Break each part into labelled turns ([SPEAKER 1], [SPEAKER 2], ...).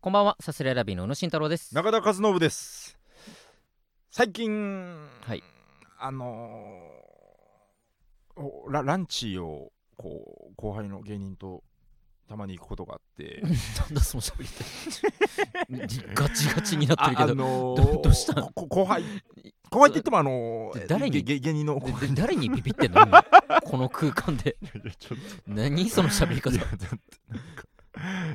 [SPEAKER 1] こんばんは、サスレラビーの宇野慎太郎です。
[SPEAKER 2] 中田和信です最近、
[SPEAKER 1] はい
[SPEAKER 2] あのーおラランチをこう後輩の芸人とたまに行くことが あって
[SPEAKER 1] なんだその喋り方ガチガチになってるけ
[SPEAKER 2] あ
[SPEAKER 1] ど、
[SPEAKER 2] の
[SPEAKER 1] どどうしたの
[SPEAKER 2] こ後輩後輩って言ってもあのー
[SPEAKER 1] で誰に
[SPEAKER 2] げ芸人の後
[SPEAKER 1] で
[SPEAKER 2] 輩
[SPEAKER 1] で誰にビビってん の今この空間で。何その喋り方
[SPEAKER 2] いや。だってなんか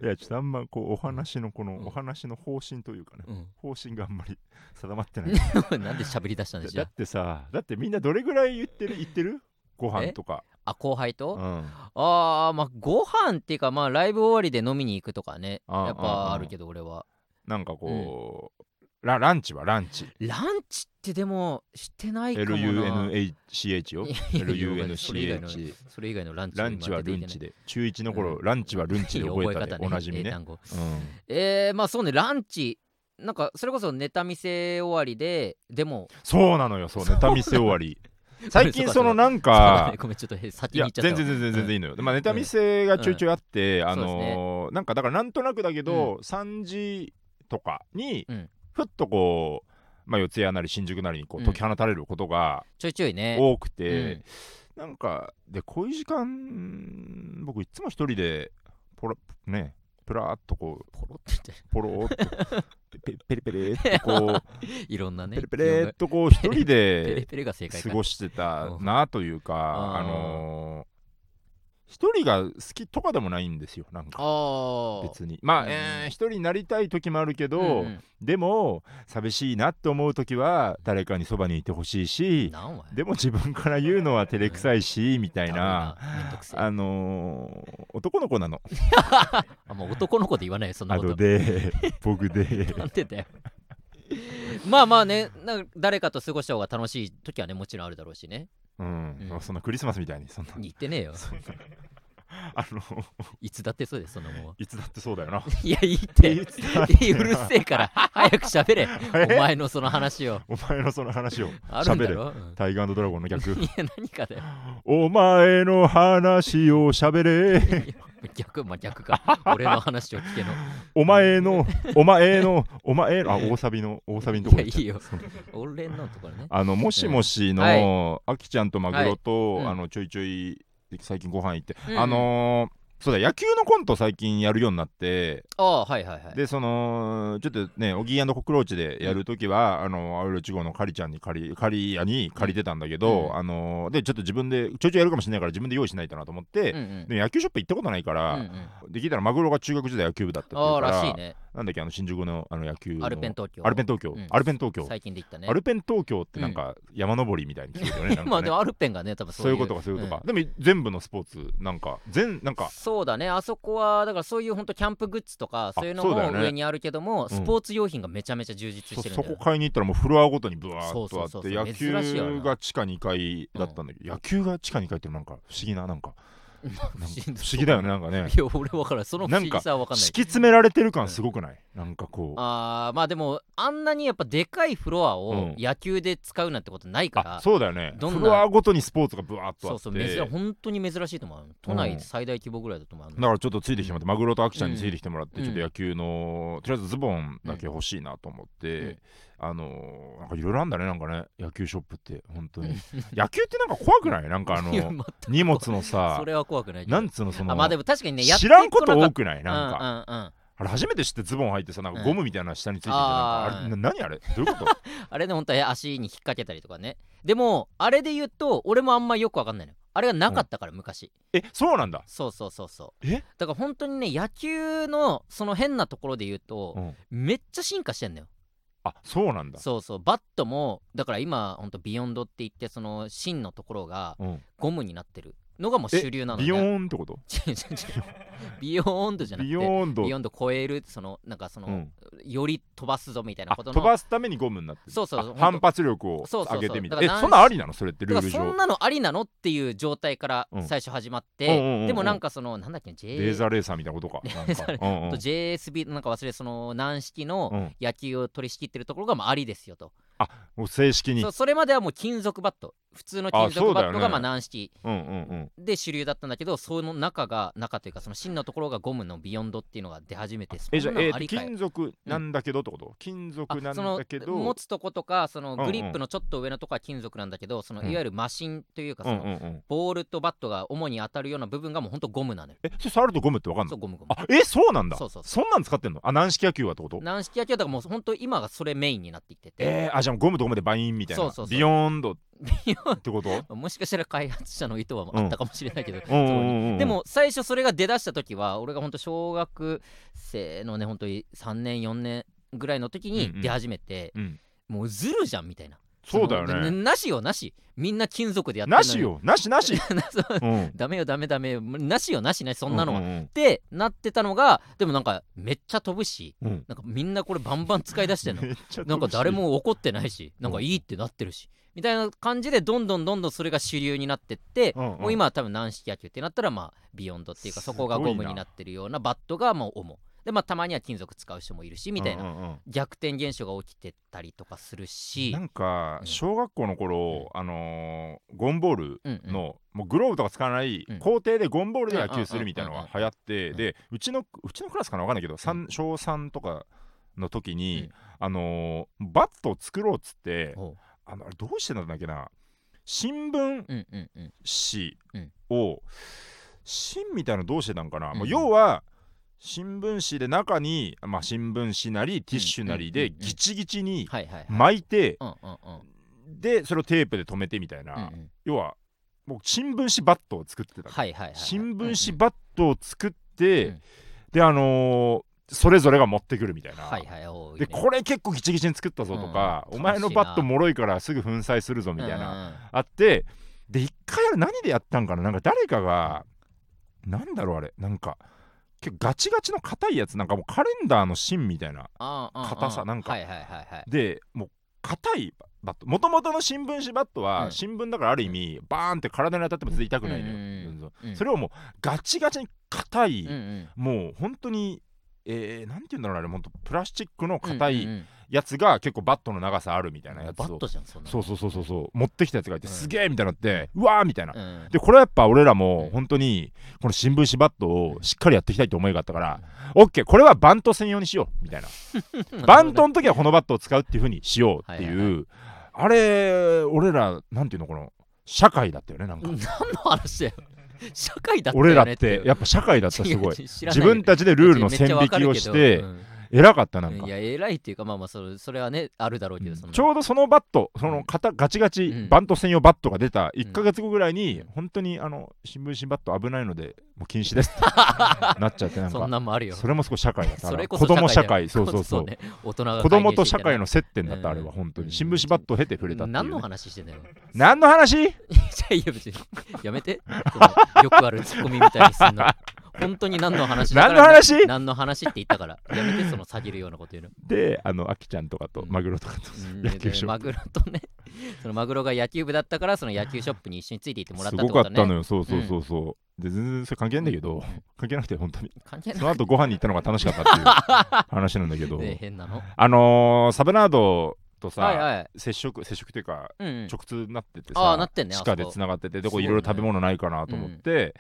[SPEAKER 2] いやちょっとあんまこうお話のこの、
[SPEAKER 1] うん
[SPEAKER 2] お話の方針というかね
[SPEAKER 1] うん。
[SPEAKER 2] 方針があんまり 定まってな い
[SPEAKER 1] なんで喋り出したんで
[SPEAKER 2] だ
[SPEAKER 1] すじ
[SPEAKER 2] だ
[SPEAKER 1] ゃ
[SPEAKER 2] ってさだってみんなどれぐらい言ってる言ってるご飯とか、
[SPEAKER 1] あ。あ、後輩と、
[SPEAKER 2] うん、
[SPEAKER 1] あ
[SPEAKER 2] あ
[SPEAKER 1] あー、まあ、ご飯っていうか、まあ、ライブ終わりで飲みに行くとかね。
[SPEAKER 2] あー
[SPEAKER 1] やっぱあるけど、俺は。
[SPEAKER 2] なんかこう、ラランチはランチ
[SPEAKER 1] ランチってでも、してないかもな。
[SPEAKER 2] LUNCH よ
[SPEAKER 1] いやいやそれ以外の
[SPEAKER 2] LUNCH
[SPEAKER 1] それ以外のランチ
[SPEAKER 2] ランチはルンチで中1の頃、
[SPEAKER 1] うん
[SPEAKER 2] ランチはルンチで
[SPEAKER 1] 今
[SPEAKER 2] 覚
[SPEAKER 1] 出
[SPEAKER 2] え
[SPEAKER 1] て
[SPEAKER 2] た
[SPEAKER 1] ないい
[SPEAKER 2] で、
[SPEAKER 1] い
[SPEAKER 2] おなじみ
[SPEAKER 1] 英
[SPEAKER 2] ね、
[SPEAKER 1] 単語
[SPEAKER 2] うん
[SPEAKER 1] えー、まあそうねランチなんかそれこそネタ見せ終わりででも
[SPEAKER 2] そうなのよそうネタ見せ終わ り最近その
[SPEAKER 1] ん
[SPEAKER 2] なん
[SPEAKER 1] か
[SPEAKER 2] か
[SPEAKER 1] ごめんちょっとへ先
[SPEAKER 2] い
[SPEAKER 1] に言
[SPEAKER 2] や
[SPEAKER 1] っちゃった
[SPEAKER 2] 全然全然全然いいのよ、まあ、ネタ見せがちょいちょいあって、あ
[SPEAKER 1] そう
[SPEAKER 2] のーなんかだからなんとなくだけど、3時とかに
[SPEAKER 1] うん
[SPEAKER 2] ふっとこう、まあ、四谷なり新宿なりにこ
[SPEAKER 1] う
[SPEAKER 2] うん解き放たれることが
[SPEAKER 1] ちょいちょいね
[SPEAKER 2] 多くて、なんかでこういう時間僕いつも一人でポロねプラーっとこう
[SPEAKER 1] ポロって
[SPEAKER 2] ポローっと ペペレペレーっとこう
[SPEAKER 1] 言ってい ろんなね
[SPEAKER 2] ペレペレーっ
[SPEAKER 1] ペ
[SPEAKER 2] とこう一人
[SPEAKER 1] レ
[SPEAKER 2] で
[SPEAKER 1] ペレが正解
[SPEAKER 2] 過
[SPEAKER 1] か
[SPEAKER 2] ごしてたなというか、
[SPEAKER 1] あ
[SPEAKER 2] あ
[SPEAKER 1] ー
[SPEAKER 2] のー一人が好きとかでもないんですよ、なん
[SPEAKER 1] あ
[SPEAKER 2] か
[SPEAKER 1] あ
[SPEAKER 2] 別に。まあ、
[SPEAKER 1] うん
[SPEAKER 2] えー一人になりたい時もあるけど、
[SPEAKER 1] うんうん
[SPEAKER 2] でも、寂しいなって思う時は、誰かにそばにいてほしいし、
[SPEAKER 1] なんわ
[SPEAKER 2] でも自分から言うのは照れくさいし、みたいな、
[SPEAKER 1] めんどくせえ
[SPEAKER 2] あのー男の子なの。
[SPEAKER 1] あもう男の子で言わないよそんな
[SPEAKER 2] あ
[SPEAKER 1] こと
[SPEAKER 2] とで、僕で。
[SPEAKER 1] なんでだよ まあまあねなんか誰かと過ごした方が楽しい時はねもちろんあるだろうしね
[SPEAKER 2] うん、
[SPEAKER 1] うん
[SPEAKER 2] そんなクリスマスみたいに、そんな、
[SPEAKER 1] 言ってねえよ
[SPEAKER 2] あのー
[SPEAKER 1] いつだってそうですそんなもんはい
[SPEAKER 2] つだってそうだよな。
[SPEAKER 1] いや、いいって。
[SPEAKER 2] い
[SPEAKER 1] い
[SPEAKER 2] い
[SPEAKER 1] い
[SPEAKER 2] っ
[SPEAKER 1] う
[SPEAKER 2] つだ
[SPEAKER 1] る せえから、早く喋れ。お前のその話を。
[SPEAKER 2] お前のその話を
[SPEAKER 1] あるんだ
[SPEAKER 2] 喋れ。
[SPEAKER 1] ろ、うん
[SPEAKER 2] タイガードラゴンの逆
[SPEAKER 1] い。や、何かだよ。
[SPEAKER 2] お前の話をしゃべれ。
[SPEAKER 1] 逆、まあ、逆か。 俺の話を聞けの。
[SPEAKER 2] お前の、お前の、お前の、あ、大サビの、大サビのとこ
[SPEAKER 1] いや、
[SPEAKER 2] ろ
[SPEAKER 1] い。いよ。俺のところね。
[SPEAKER 2] あの、もしもしの、
[SPEAKER 1] はい
[SPEAKER 2] あきちゃんとマグロと、
[SPEAKER 1] はいうん
[SPEAKER 2] あの、ちょいちょい、最近ご飯行って、
[SPEAKER 1] うんうん
[SPEAKER 2] あのーそうだ野球のコント最近やるようになって、
[SPEAKER 1] ああ、はいはいはい。
[SPEAKER 2] でそのちょっとねおぎーコクローチでやるときは、あのアウロ1号のカリちゃんに借り借り屋に借りてたんだけ
[SPEAKER 1] う
[SPEAKER 2] ど、
[SPEAKER 1] ん
[SPEAKER 2] あのでちょっと自分でちょいちょいやるかもしれないから自分で用意しないとなと思って、
[SPEAKER 1] うんうん
[SPEAKER 2] で野球ショップ行ったことないか
[SPEAKER 1] う
[SPEAKER 2] ら、
[SPEAKER 1] んうん
[SPEAKER 2] で聞いたらマグロが中学時代野球部だったってい
[SPEAKER 1] ああ、
[SPEAKER 2] うから
[SPEAKER 1] らしいね。
[SPEAKER 2] なんだっけあの新宿のあの野球の
[SPEAKER 1] アルペン東京。
[SPEAKER 2] アルペン東京、
[SPEAKER 1] うん
[SPEAKER 2] アルペン東京、
[SPEAKER 1] 最近で行ったね。
[SPEAKER 2] アルペン東京ってなんか山登りみたいに聞いてるよね,、なん
[SPEAKER 1] ま
[SPEAKER 2] か
[SPEAKER 1] あ、で
[SPEAKER 2] ね
[SPEAKER 1] もアルペンがね、多分
[SPEAKER 2] そういうことかそういうことか、。でも全部のスポーツなんか全なん
[SPEAKER 1] ん
[SPEAKER 2] か
[SPEAKER 1] そうだねあそこはだからそういう本当キャンプグッズとかそういうの
[SPEAKER 2] そうだよ
[SPEAKER 1] も
[SPEAKER 2] ね
[SPEAKER 1] 上にあるけども、スポーツ用品がめちゃめちゃ充実
[SPEAKER 2] そ
[SPEAKER 1] してるんだ
[SPEAKER 2] そ
[SPEAKER 1] よ
[SPEAKER 2] こ買いに行ったらもうフロアごとにブワー
[SPEAKER 1] そ
[SPEAKER 2] ッ
[SPEAKER 1] う
[SPEAKER 2] と
[SPEAKER 1] そ
[SPEAKER 2] あ
[SPEAKER 1] う
[SPEAKER 2] っ
[SPEAKER 1] そう
[SPEAKER 2] て
[SPEAKER 1] そう
[SPEAKER 2] 野
[SPEAKER 1] 珍しいよ
[SPEAKER 2] 球
[SPEAKER 1] な
[SPEAKER 2] が地下2階だったんだけど、野球が地下2階ってなんか不思議ななんか なんか不思議だよねなんかね
[SPEAKER 1] いや俺分からんその不思議さは分かんない
[SPEAKER 2] 敷き詰められてる感すごくない、なんかこう
[SPEAKER 1] あーまあでもあんなにやっぱでかいフロア
[SPEAKER 2] う
[SPEAKER 1] を
[SPEAKER 2] ん
[SPEAKER 1] 野球で使うなんてことないから、
[SPEAKER 2] あそうだよね
[SPEAKER 1] どんな
[SPEAKER 2] フロアごとにスポーツがブワーッとあ
[SPEAKER 1] そう
[SPEAKER 2] って
[SPEAKER 1] そう珍本当に珍しいと思う都内最大規模ぐらいだと思う、
[SPEAKER 2] だからちょっとついてきてもらって、マグロとアキちゃんについてきてもらって、
[SPEAKER 1] うん
[SPEAKER 2] ちょっと野球のとりあえずズボンだけ欲しいなと思って、
[SPEAKER 1] うん
[SPEAKER 2] あのーなんかいろいろあんだねなんかね野球ショップって本当に野球ってなんか怖くないなんかあ の
[SPEAKER 1] いや全く
[SPEAKER 2] 荷物のさ
[SPEAKER 1] それは怖くないけど
[SPEAKER 2] なんつうのその
[SPEAKER 1] あまあでも確かにねやって
[SPEAKER 2] 知らんこと
[SPEAKER 1] こな
[SPEAKER 2] 多
[SPEAKER 1] か
[SPEAKER 2] くない
[SPEAKER 1] った
[SPEAKER 2] なんか、
[SPEAKER 1] うんうんうん、
[SPEAKER 2] あれ初めて知ってズボン履いてさなんか
[SPEAKER 1] うん
[SPEAKER 2] ゴムみたいなの下についてて、なんか
[SPEAKER 1] あー
[SPEAKER 2] あれな何あれどういうこと
[SPEAKER 1] あれね本当に足に引っ掛けたりとかねでもあれで言うと俺もあんまよく分かんないのよあれがなかったから昔、
[SPEAKER 2] えそうなんだ
[SPEAKER 1] そうそうそうそう
[SPEAKER 2] え
[SPEAKER 1] だから本当にね野球のその変なところで言うと、
[SPEAKER 2] うん
[SPEAKER 1] めっちゃ進化してんのよ
[SPEAKER 2] あそうなんだ
[SPEAKER 1] そうそうバットもだから今ほんとビヨンドって言ってその芯のところが
[SPEAKER 2] うん
[SPEAKER 1] ゴムになってるのがもう主流なのね
[SPEAKER 2] ビヨーンってこと
[SPEAKER 1] 違う違う違う ビヨンドじゃなくて
[SPEAKER 2] ビヨ
[SPEAKER 1] ビヨ
[SPEAKER 2] ーンと
[SPEAKER 1] ンド超えるそのなんかその、
[SPEAKER 2] うん
[SPEAKER 1] より飛ばすぞみたいな
[SPEAKER 2] あ
[SPEAKER 1] こと
[SPEAKER 2] 飛
[SPEAKER 1] の
[SPEAKER 2] ばすためにゴムになってる
[SPEAKER 1] そうそう
[SPEAKER 2] あ
[SPEAKER 1] ほんと
[SPEAKER 2] 反発力を
[SPEAKER 1] そうそうそう
[SPEAKER 2] 上げてみて
[SPEAKER 1] だか
[SPEAKER 2] え
[SPEAKER 1] らなん
[SPEAKER 2] そんなんありなのそれってルー
[SPEAKER 1] だか
[SPEAKER 2] ル
[SPEAKER 1] らそん
[SPEAKER 2] 上
[SPEAKER 1] なのありなのっていう状態から
[SPEAKER 2] うん
[SPEAKER 1] 最初始まっ
[SPEAKER 2] うんうんうんう
[SPEAKER 1] て
[SPEAKER 2] ん
[SPEAKER 1] でもなんかそのなんだっけ J
[SPEAKER 2] レーザーレーサーみたいなことかなんかうんうん
[SPEAKER 1] と JSB なんか忘れその軟式の
[SPEAKER 2] うん
[SPEAKER 1] 野球を取り仕切ってるところがまあありですよと
[SPEAKER 2] もう正式に
[SPEAKER 1] そうそれまではもう金属バット普通の金
[SPEAKER 2] あそ
[SPEAKER 1] 属
[SPEAKER 2] う
[SPEAKER 1] バ
[SPEAKER 2] だよ
[SPEAKER 1] ッ
[SPEAKER 2] ね
[SPEAKER 1] トがまあ軟式
[SPEAKER 2] うんうんうん
[SPEAKER 1] で主流だったんだけどその中が中というかその芯のところがゴムのビヨンドっていうのが出始めてそん
[SPEAKER 2] えじゃあ、
[SPEAKER 1] な
[SPEAKER 2] え
[SPEAKER 1] の
[SPEAKER 2] ー
[SPEAKER 1] あり
[SPEAKER 2] と
[SPEAKER 1] かよ
[SPEAKER 2] 金属なんだけどってこと、金
[SPEAKER 1] あ
[SPEAKER 2] 属なん
[SPEAKER 1] その
[SPEAKER 2] だけど
[SPEAKER 1] 持つとことかその
[SPEAKER 2] うんうん
[SPEAKER 1] グリップのちょっと上のとこは金属なんだけど、その
[SPEAKER 2] うん
[SPEAKER 1] いわゆるマシンというか
[SPEAKER 2] う
[SPEAKER 1] そ
[SPEAKER 2] ん
[SPEAKER 1] の、
[SPEAKER 2] うんうん、
[SPEAKER 1] ボールとバットが主に当たるような部分がもうほんとゴムなのよ。
[SPEAKER 2] えそれ触るとゴムってわかん
[SPEAKER 1] そ
[SPEAKER 2] ないう
[SPEAKER 1] ゴムゴム。
[SPEAKER 2] あえそうなんだ
[SPEAKER 1] そうそうそ
[SPEAKER 2] んなん使ってんのあ軟式野球はってこと
[SPEAKER 1] 軟式野球はだからもうほんと今がそれメインになってきてて、
[SPEAKER 2] えー、あじゃあゴムとゴムでバインみたいな
[SPEAKER 1] そうそうそう
[SPEAKER 2] ビヨーンドっ
[SPEAKER 1] ビヨ
[SPEAKER 2] てこ と
[SPEAKER 1] もしかしたら開発者の意図はあったかもしれないけど、
[SPEAKER 2] うんうん
[SPEAKER 1] そう
[SPEAKER 2] うんうん
[SPEAKER 1] でも最初それが出だした時は俺がほんと小学生のねほんとに3年4年ぐらいの時に出始めて、
[SPEAKER 2] うん
[SPEAKER 1] もうずるじゃんみたいな。
[SPEAKER 2] そうだよ
[SPEAKER 1] の
[SPEAKER 2] ね
[SPEAKER 1] なしよなし。みんな金属でやってんの
[SPEAKER 2] なし。よなしな し
[SPEAKER 1] そう
[SPEAKER 2] うん
[SPEAKER 1] ダメよダメダメよなしよなしなしそんなのは、
[SPEAKER 2] う
[SPEAKER 1] っ
[SPEAKER 2] んうん
[SPEAKER 1] てなってたのがでもなんかめっちゃ飛ぶし
[SPEAKER 2] うんうん
[SPEAKER 1] なんかみんなこれバンバン使い出してんの
[SPEAKER 2] めっ ちゃ楽しい
[SPEAKER 1] なんか誰も怒ってないしなんかいいってなってるしみたいな感じでどんどんどんどんそれが主流になってって、
[SPEAKER 2] うんうん
[SPEAKER 1] もう今は多分軟式野球ってなったらまあビヨンドっていうかそこがゴムになってるようなバットがもう主でまあたまには金属使う人もいるしみたいな、
[SPEAKER 2] うんうんうん
[SPEAKER 1] 逆転現象が起きてたりとかするし
[SPEAKER 2] な、んか
[SPEAKER 1] うん
[SPEAKER 2] 小学校の頃、あのーゴンボール
[SPEAKER 1] うんうん
[SPEAKER 2] の、もうグローブとか使わない、
[SPEAKER 1] うん
[SPEAKER 2] 校庭でゴンボールで野球するみたいなのが流行って、
[SPEAKER 1] うん
[SPEAKER 2] でうちのうちのクラスかな分かんないけど、三小3とかの時に、あのーバットを作ろうっつって
[SPEAKER 1] おう
[SPEAKER 2] あのあれどうしてたんだっけな新聞
[SPEAKER 1] うんうんうん
[SPEAKER 2] 紙
[SPEAKER 1] うん
[SPEAKER 2] を、芯みたいなのどうしてたんかな、
[SPEAKER 1] うん
[SPEAKER 2] もう要は新聞紙で中に、まあ、新聞紙なりティッシュなり
[SPEAKER 1] う
[SPEAKER 2] で
[SPEAKER 1] んうんうんうん
[SPEAKER 2] ギチギチに
[SPEAKER 1] はいはいはい、
[SPEAKER 2] 巻いて、
[SPEAKER 1] うんうんうん
[SPEAKER 2] でそれをテープで留めてみたいな、
[SPEAKER 1] うんうん
[SPEAKER 2] 要はもう新聞紙バットを作ってた、
[SPEAKER 1] はいはいはいはい
[SPEAKER 2] 新聞
[SPEAKER 1] うん
[SPEAKER 2] 紙バットを作って、
[SPEAKER 1] うん
[SPEAKER 2] であのーそれぞれが持ってくるみたいな、
[SPEAKER 1] うんはいはいおう
[SPEAKER 2] でこれ結構ギチギチに作ったぞとか、
[SPEAKER 1] うん
[SPEAKER 2] お前の
[SPEAKER 1] 楽しいな
[SPEAKER 2] バット脆いからすぐ粉砕するぞみたいな、
[SPEAKER 1] な
[SPEAKER 2] あってで一回あれ何でやったんかななんか誰かがなんだろうあれなんか結構ガチガチの硬いやつなんかもうカレンダーの芯みたいな
[SPEAKER 1] 硬
[SPEAKER 2] 硬さなんか
[SPEAKER 1] はいはいはいはい
[SPEAKER 2] でもう硬いバットもともとの新聞紙バット
[SPEAKER 1] う
[SPEAKER 2] は
[SPEAKER 1] ん
[SPEAKER 2] 新聞だからある意味バーンって体に当たっても全然痛くないのよ、
[SPEAKER 1] うんうんうんうん
[SPEAKER 2] それをもうガチガチに硬い、
[SPEAKER 1] うんうん
[SPEAKER 2] もう本当にえー、なんて言うんだろうなあれ本当プラスチックの硬
[SPEAKER 1] うんう
[SPEAKER 2] い
[SPEAKER 1] んうん
[SPEAKER 2] やつが結構バットの長さあるみたいなやつ
[SPEAKER 1] バ
[SPEAKER 2] を、
[SPEAKER 1] ットじゃんそんなの
[SPEAKER 2] そうそうそうそうそう持ってきたやつがいて、
[SPEAKER 1] うん
[SPEAKER 2] すげえみたいになってうわーみたいな、
[SPEAKER 1] うん
[SPEAKER 2] でこれはやっぱ俺ら
[SPEAKER 1] う
[SPEAKER 2] も
[SPEAKER 1] ん
[SPEAKER 2] 本当にこの新聞紙バットをしっかりやっていきたいって思いがあったから
[SPEAKER 1] うん、
[SPEAKER 2] オッケーこれはバント専用にしようみたいなバントの時はこのバットを使うっていう風にしようっていう、
[SPEAKER 1] はい
[SPEAKER 2] あれ俺らなんていうのこの社会だったよねなん か、
[SPEAKER 1] 何の話だよ社会だったよね
[SPEAKER 2] 俺
[SPEAKER 1] いう
[SPEAKER 2] らってやっぱ社会だったすごい自分た
[SPEAKER 1] ち
[SPEAKER 2] ちでルールの線引きをして、偉かったなんか
[SPEAKER 1] いや偉いっていうかまあまあそれそれはねあるだろうけどその
[SPEAKER 2] ちょうどそのバットその型ガチガチ、
[SPEAKER 1] うん
[SPEAKER 2] バント専用バットが出た1か月後ぐらいに、
[SPEAKER 1] うん
[SPEAKER 2] 本当にあの新聞紙バット危ないのでもう禁 止ですってなっちゃってなん
[SPEAKER 1] そ
[SPEAKER 2] か
[SPEAKER 1] んなんもあるよ
[SPEAKER 2] それもすごい社会だった
[SPEAKER 1] それこ
[SPEAKER 2] 子
[SPEAKER 1] そ
[SPEAKER 2] 供社
[SPEAKER 1] だよ
[SPEAKER 2] 会そうそうそう
[SPEAKER 1] こね大人が
[SPEAKER 2] 子供と社会の接点だっ
[SPEAKER 1] うん
[SPEAKER 2] たあれは本当
[SPEAKER 1] うん
[SPEAKER 2] に新聞紙バットを経て触れたっていうね
[SPEAKER 1] 何の話してんだよ
[SPEAKER 2] 何の話
[SPEAKER 1] いやいや別にやめてそのよくあるツッコミみたいにすんの本当に何の話だから
[SPEAKER 2] 何の話
[SPEAKER 1] 何の話って言ったからやめてその下げるようなこと言うの
[SPEAKER 2] であのアキちゃんとかと
[SPEAKER 1] うん
[SPEAKER 2] マグロとかと
[SPEAKER 1] うん
[SPEAKER 2] 野球
[SPEAKER 1] で
[SPEAKER 2] ショ
[SPEAKER 1] マ
[SPEAKER 2] ップ
[SPEAKER 1] グロと ねそのマグロが野球部だったからその野球ショップに一緒についていってもらっ
[SPEAKER 2] す
[SPEAKER 1] たって
[SPEAKER 2] ご
[SPEAKER 1] こ
[SPEAKER 2] か
[SPEAKER 1] とだ
[SPEAKER 2] っ
[SPEAKER 1] ね
[SPEAKER 2] たのよそうそうそうそうで全然それ関係ないんだけ
[SPEAKER 1] うん
[SPEAKER 2] ど関係なくて本当に
[SPEAKER 1] 関係
[SPEAKER 2] そ
[SPEAKER 1] な
[SPEAKER 2] の後ご飯に行ったのが楽しかったってい う話なんだけど
[SPEAKER 1] いね変なの
[SPEAKER 2] あのーサブナードと
[SPEAKER 1] はい
[SPEAKER 2] さ
[SPEAKER 1] はい
[SPEAKER 2] 接触接触というか
[SPEAKER 1] うんうん
[SPEAKER 2] 直通になってて
[SPEAKER 1] あ
[SPEAKER 2] さ
[SPEAKER 1] ーなってんね
[SPEAKER 2] 地下
[SPEAKER 1] あ
[SPEAKER 2] で
[SPEAKER 1] そこ
[SPEAKER 2] つながっててでこ
[SPEAKER 1] すご
[SPEAKER 2] う
[SPEAKER 1] い
[SPEAKER 2] い
[SPEAKER 1] ね
[SPEAKER 2] ろいろ食べ物ないかなと思って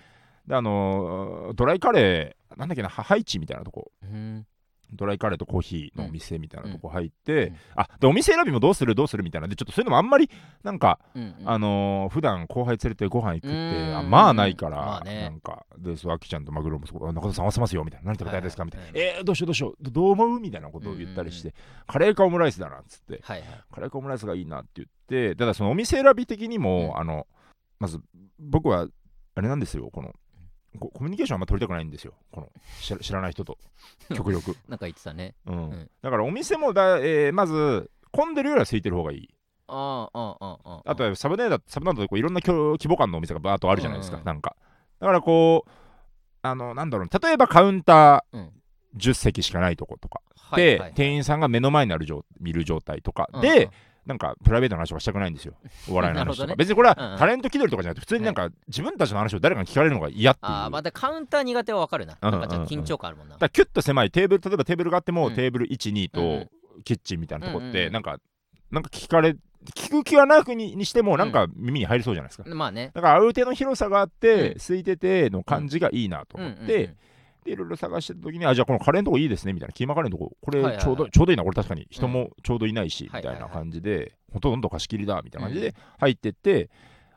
[SPEAKER 2] であのードライカレーなんだっけなハハイチみたいなとこ
[SPEAKER 1] うん
[SPEAKER 2] ドライカレーとコーヒーのお店みたいなとこ入って、
[SPEAKER 1] うんうん
[SPEAKER 2] あでお店選びもどうするどうするみたいなでちょっとそういうのもあんまりなんか、
[SPEAKER 1] うんうん
[SPEAKER 2] あのー普段後輩連れてご飯行くっ
[SPEAKER 1] うー
[SPEAKER 2] て
[SPEAKER 1] ん
[SPEAKER 2] あまあないから、
[SPEAKER 1] まあね
[SPEAKER 2] なんかでそうあきちゃんとマグロもそこあ中田さん合わせますよみたいな何食べたいですか、
[SPEAKER 1] はいはい
[SPEAKER 2] みたいな、えー、どうしようどうしようどどう思うみたいなことを言ったりして、カレーかオムライスだなっつって
[SPEAKER 1] はいはい
[SPEAKER 2] カレーかオムライスがいいなって言ってただそのお店選び的にも、あのまず僕はあれなんですよこのこコミュニケーションあんま取りたくないんですよこの知ら知らない人と極力
[SPEAKER 1] なんか言ってたね
[SPEAKER 2] うん
[SPEAKER 1] ん
[SPEAKER 2] だからお店もだ、えーまず混んでるよりは空いてる方がいい
[SPEAKER 1] あーあーあーあー
[SPEAKER 2] あとはサブネーダサブナードでこういろんなきょ規模感のお店がバーッとあるじゃないですか、
[SPEAKER 1] うん
[SPEAKER 2] なんかだからこうあのなんだろう例えばカウンタ
[SPEAKER 1] う
[SPEAKER 2] ー
[SPEAKER 1] ん
[SPEAKER 2] 10席しかないとことか、
[SPEAKER 1] はい
[SPEAKER 2] で、
[SPEAKER 1] はい
[SPEAKER 2] 店員さんが目の前にある状見る状態とか、
[SPEAKER 1] うん
[SPEAKER 2] でなんかプライベートの話とかしたくないんですよお笑いの
[SPEAKER 1] なるほ
[SPEAKER 2] 話と
[SPEAKER 1] ど
[SPEAKER 2] か、
[SPEAKER 1] ね
[SPEAKER 2] 別にこれは
[SPEAKER 1] うんうん
[SPEAKER 2] タレント気取りとかじゃなくて普通になんか自分たちの話を誰かに聞かれるのが嫌っていう、
[SPEAKER 1] ああまだカウンター苦手はわかるな
[SPEAKER 2] うん
[SPEAKER 1] な
[SPEAKER 2] うん
[SPEAKER 1] か
[SPEAKER 2] ん
[SPEAKER 1] ちょっと緊張感あるもんな
[SPEAKER 2] だからキュッと狭いテーブル例えばテーブルがあっても、
[SPEAKER 1] うん
[SPEAKER 2] テーブル12
[SPEAKER 1] うんう
[SPEAKER 2] とキッチンみたいなとこっ
[SPEAKER 1] うんうん
[SPEAKER 2] て、
[SPEAKER 1] うん
[SPEAKER 2] なんかなんか聞かれ聞く気はなくににしてもなんか耳に入りそうじゃないですか、
[SPEAKER 1] まあね。
[SPEAKER 2] だからある程度の広さがあって、
[SPEAKER 1] うん
[SPEAKER 2] 空いてての感じがいいなと
[SPEAKER 1] うんう
[SPEAKER 2] 思
[SPEAKER 1] ん
[SPEAKER 2] っ
[SPEAKER 1] う
[SPEAKER 2] て、
[SPEAKER 1] ん
[SPEAKER 2] でいろいろ探してた時にあじゃあこのカレーのとこいいですねみたいなキーマカレーのとここれちょう
[SPEAKER 1] は
[SPEAKER 2] ど,、
[SPEAKER 1] いはいはい
[SPEAKER 2] ちょうどいいなこれ確かに人もちょうどいないし、
[SPEAKER 1] はいはい
[SPEAKER 2] み
[SPEAKER 1] はい
[SPEAKER 2] たいな感じで、ほとんど貸し切りだみたいな感じ
[SPEAKER 1] うん
[SPEAKER 2] で入ってって、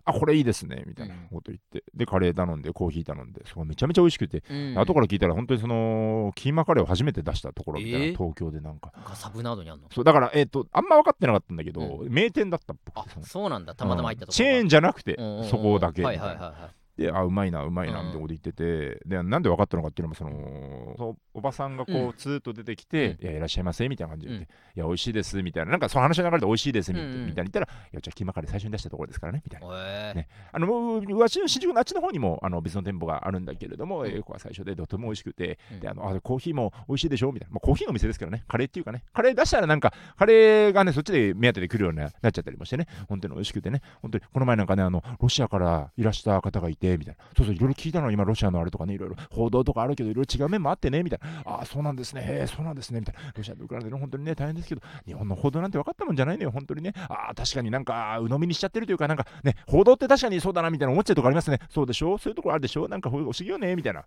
[SPEAKER 2] あこれいいですねみたいな
[SPEAKER 1] うん
[SPEAKER 2] こと言ってでカレー頼んでコーヒー頼んでそこめちゃめちゃ美味しくて、
[SPEAKER 1] うん
[SPEAKER 2] 後から聞いたら本当にそのキーマカレーを初めて出したところみたいな、
[SPEAKER 1] えー
[SPEAKER 2] 東京でなんか
[SPEAKER 1] なんかサブナードにあんの
[SPEAKER 2] そうだからえっ、とあんま分かってなかったんだけど、名店だったっぽ
[SPEAKER 1] あ
[SPEAKER 2] くてその
[SPEAKER 1] そうなんだたまたま入ったところが
[SPEAKER 2] チェーンじゃなくて、
[SPEAKER 1] うんうんうん
[SPEAKER 2] そこだけみた
[SPEAKER 1] はいい
[SPEAKER 2] な、
[SPEAKER 1] はいはいは
[SPEAKER 2] であうまいなうまいな
[SPEAKER 1] うん
[SPEAKER 2] みたいなこと言ってて、でなんで分かったのかっていうのもそのそのおばさんがこう、
[SPEAKER 1] うん
[SPEAKER 2] ツーッと出てきて
[SPEAKER 1] う
[SPEAKER 2] 「いやいらっしゃいませ」みたいな感じで言って、
[SPEAKER 1] う
[SPEAKER 2] いや美味しいです」みたいななんかその話の流れで「美味しいです」みたいな,、
[SPEAKER 1] うんうん
[SPEAKER 2] みたいな言ったら「いやじゃあキーマカレー最初に出したところですからね」みたい
[SPEAKER 1] い
[SPEAKER 2] な。
[SPEAKER 1] へえ
[SPEAKER 2] ねあのもううわしの新宿のあっちの方にもあの別の店舗があるんだけれども、えーここは最初でとても美味しくて、
[SPEAKER 1] うん
[SPEAKER 2] であのあコーヒーも美味しいでしょみたいな、まあ、コーヒーのお店ですけどね、カレーっていうかね、カレー出したらなんか、カレーがね、そっちで目当てで来るようになっちゃったりもしてね、本当に美味しくてね、本当にこの前なんかね、あのロシアからいらした方がいて、みたいな、そうそう、いろいろ聞いたのは今、ロシアのあれとかね、いろいろ報道とかあるけど、いろいろ違う面もあってね、みたいな、ああー、そうなんですね、へーそうなんですね、みたいな、ロシアとウクライナでね本当にね、大変ですけど、日本の報道なんて分かったもんじゃないのよ、本当にね、ああ、確かになんか、鵜呑みにしちゃってるというか、なんかね、報道って確かにそうだな、みたいな思っちゃうとこありますね、そうでしょ、そういうとこあるでしょ、なんか不思議よね、みたいな。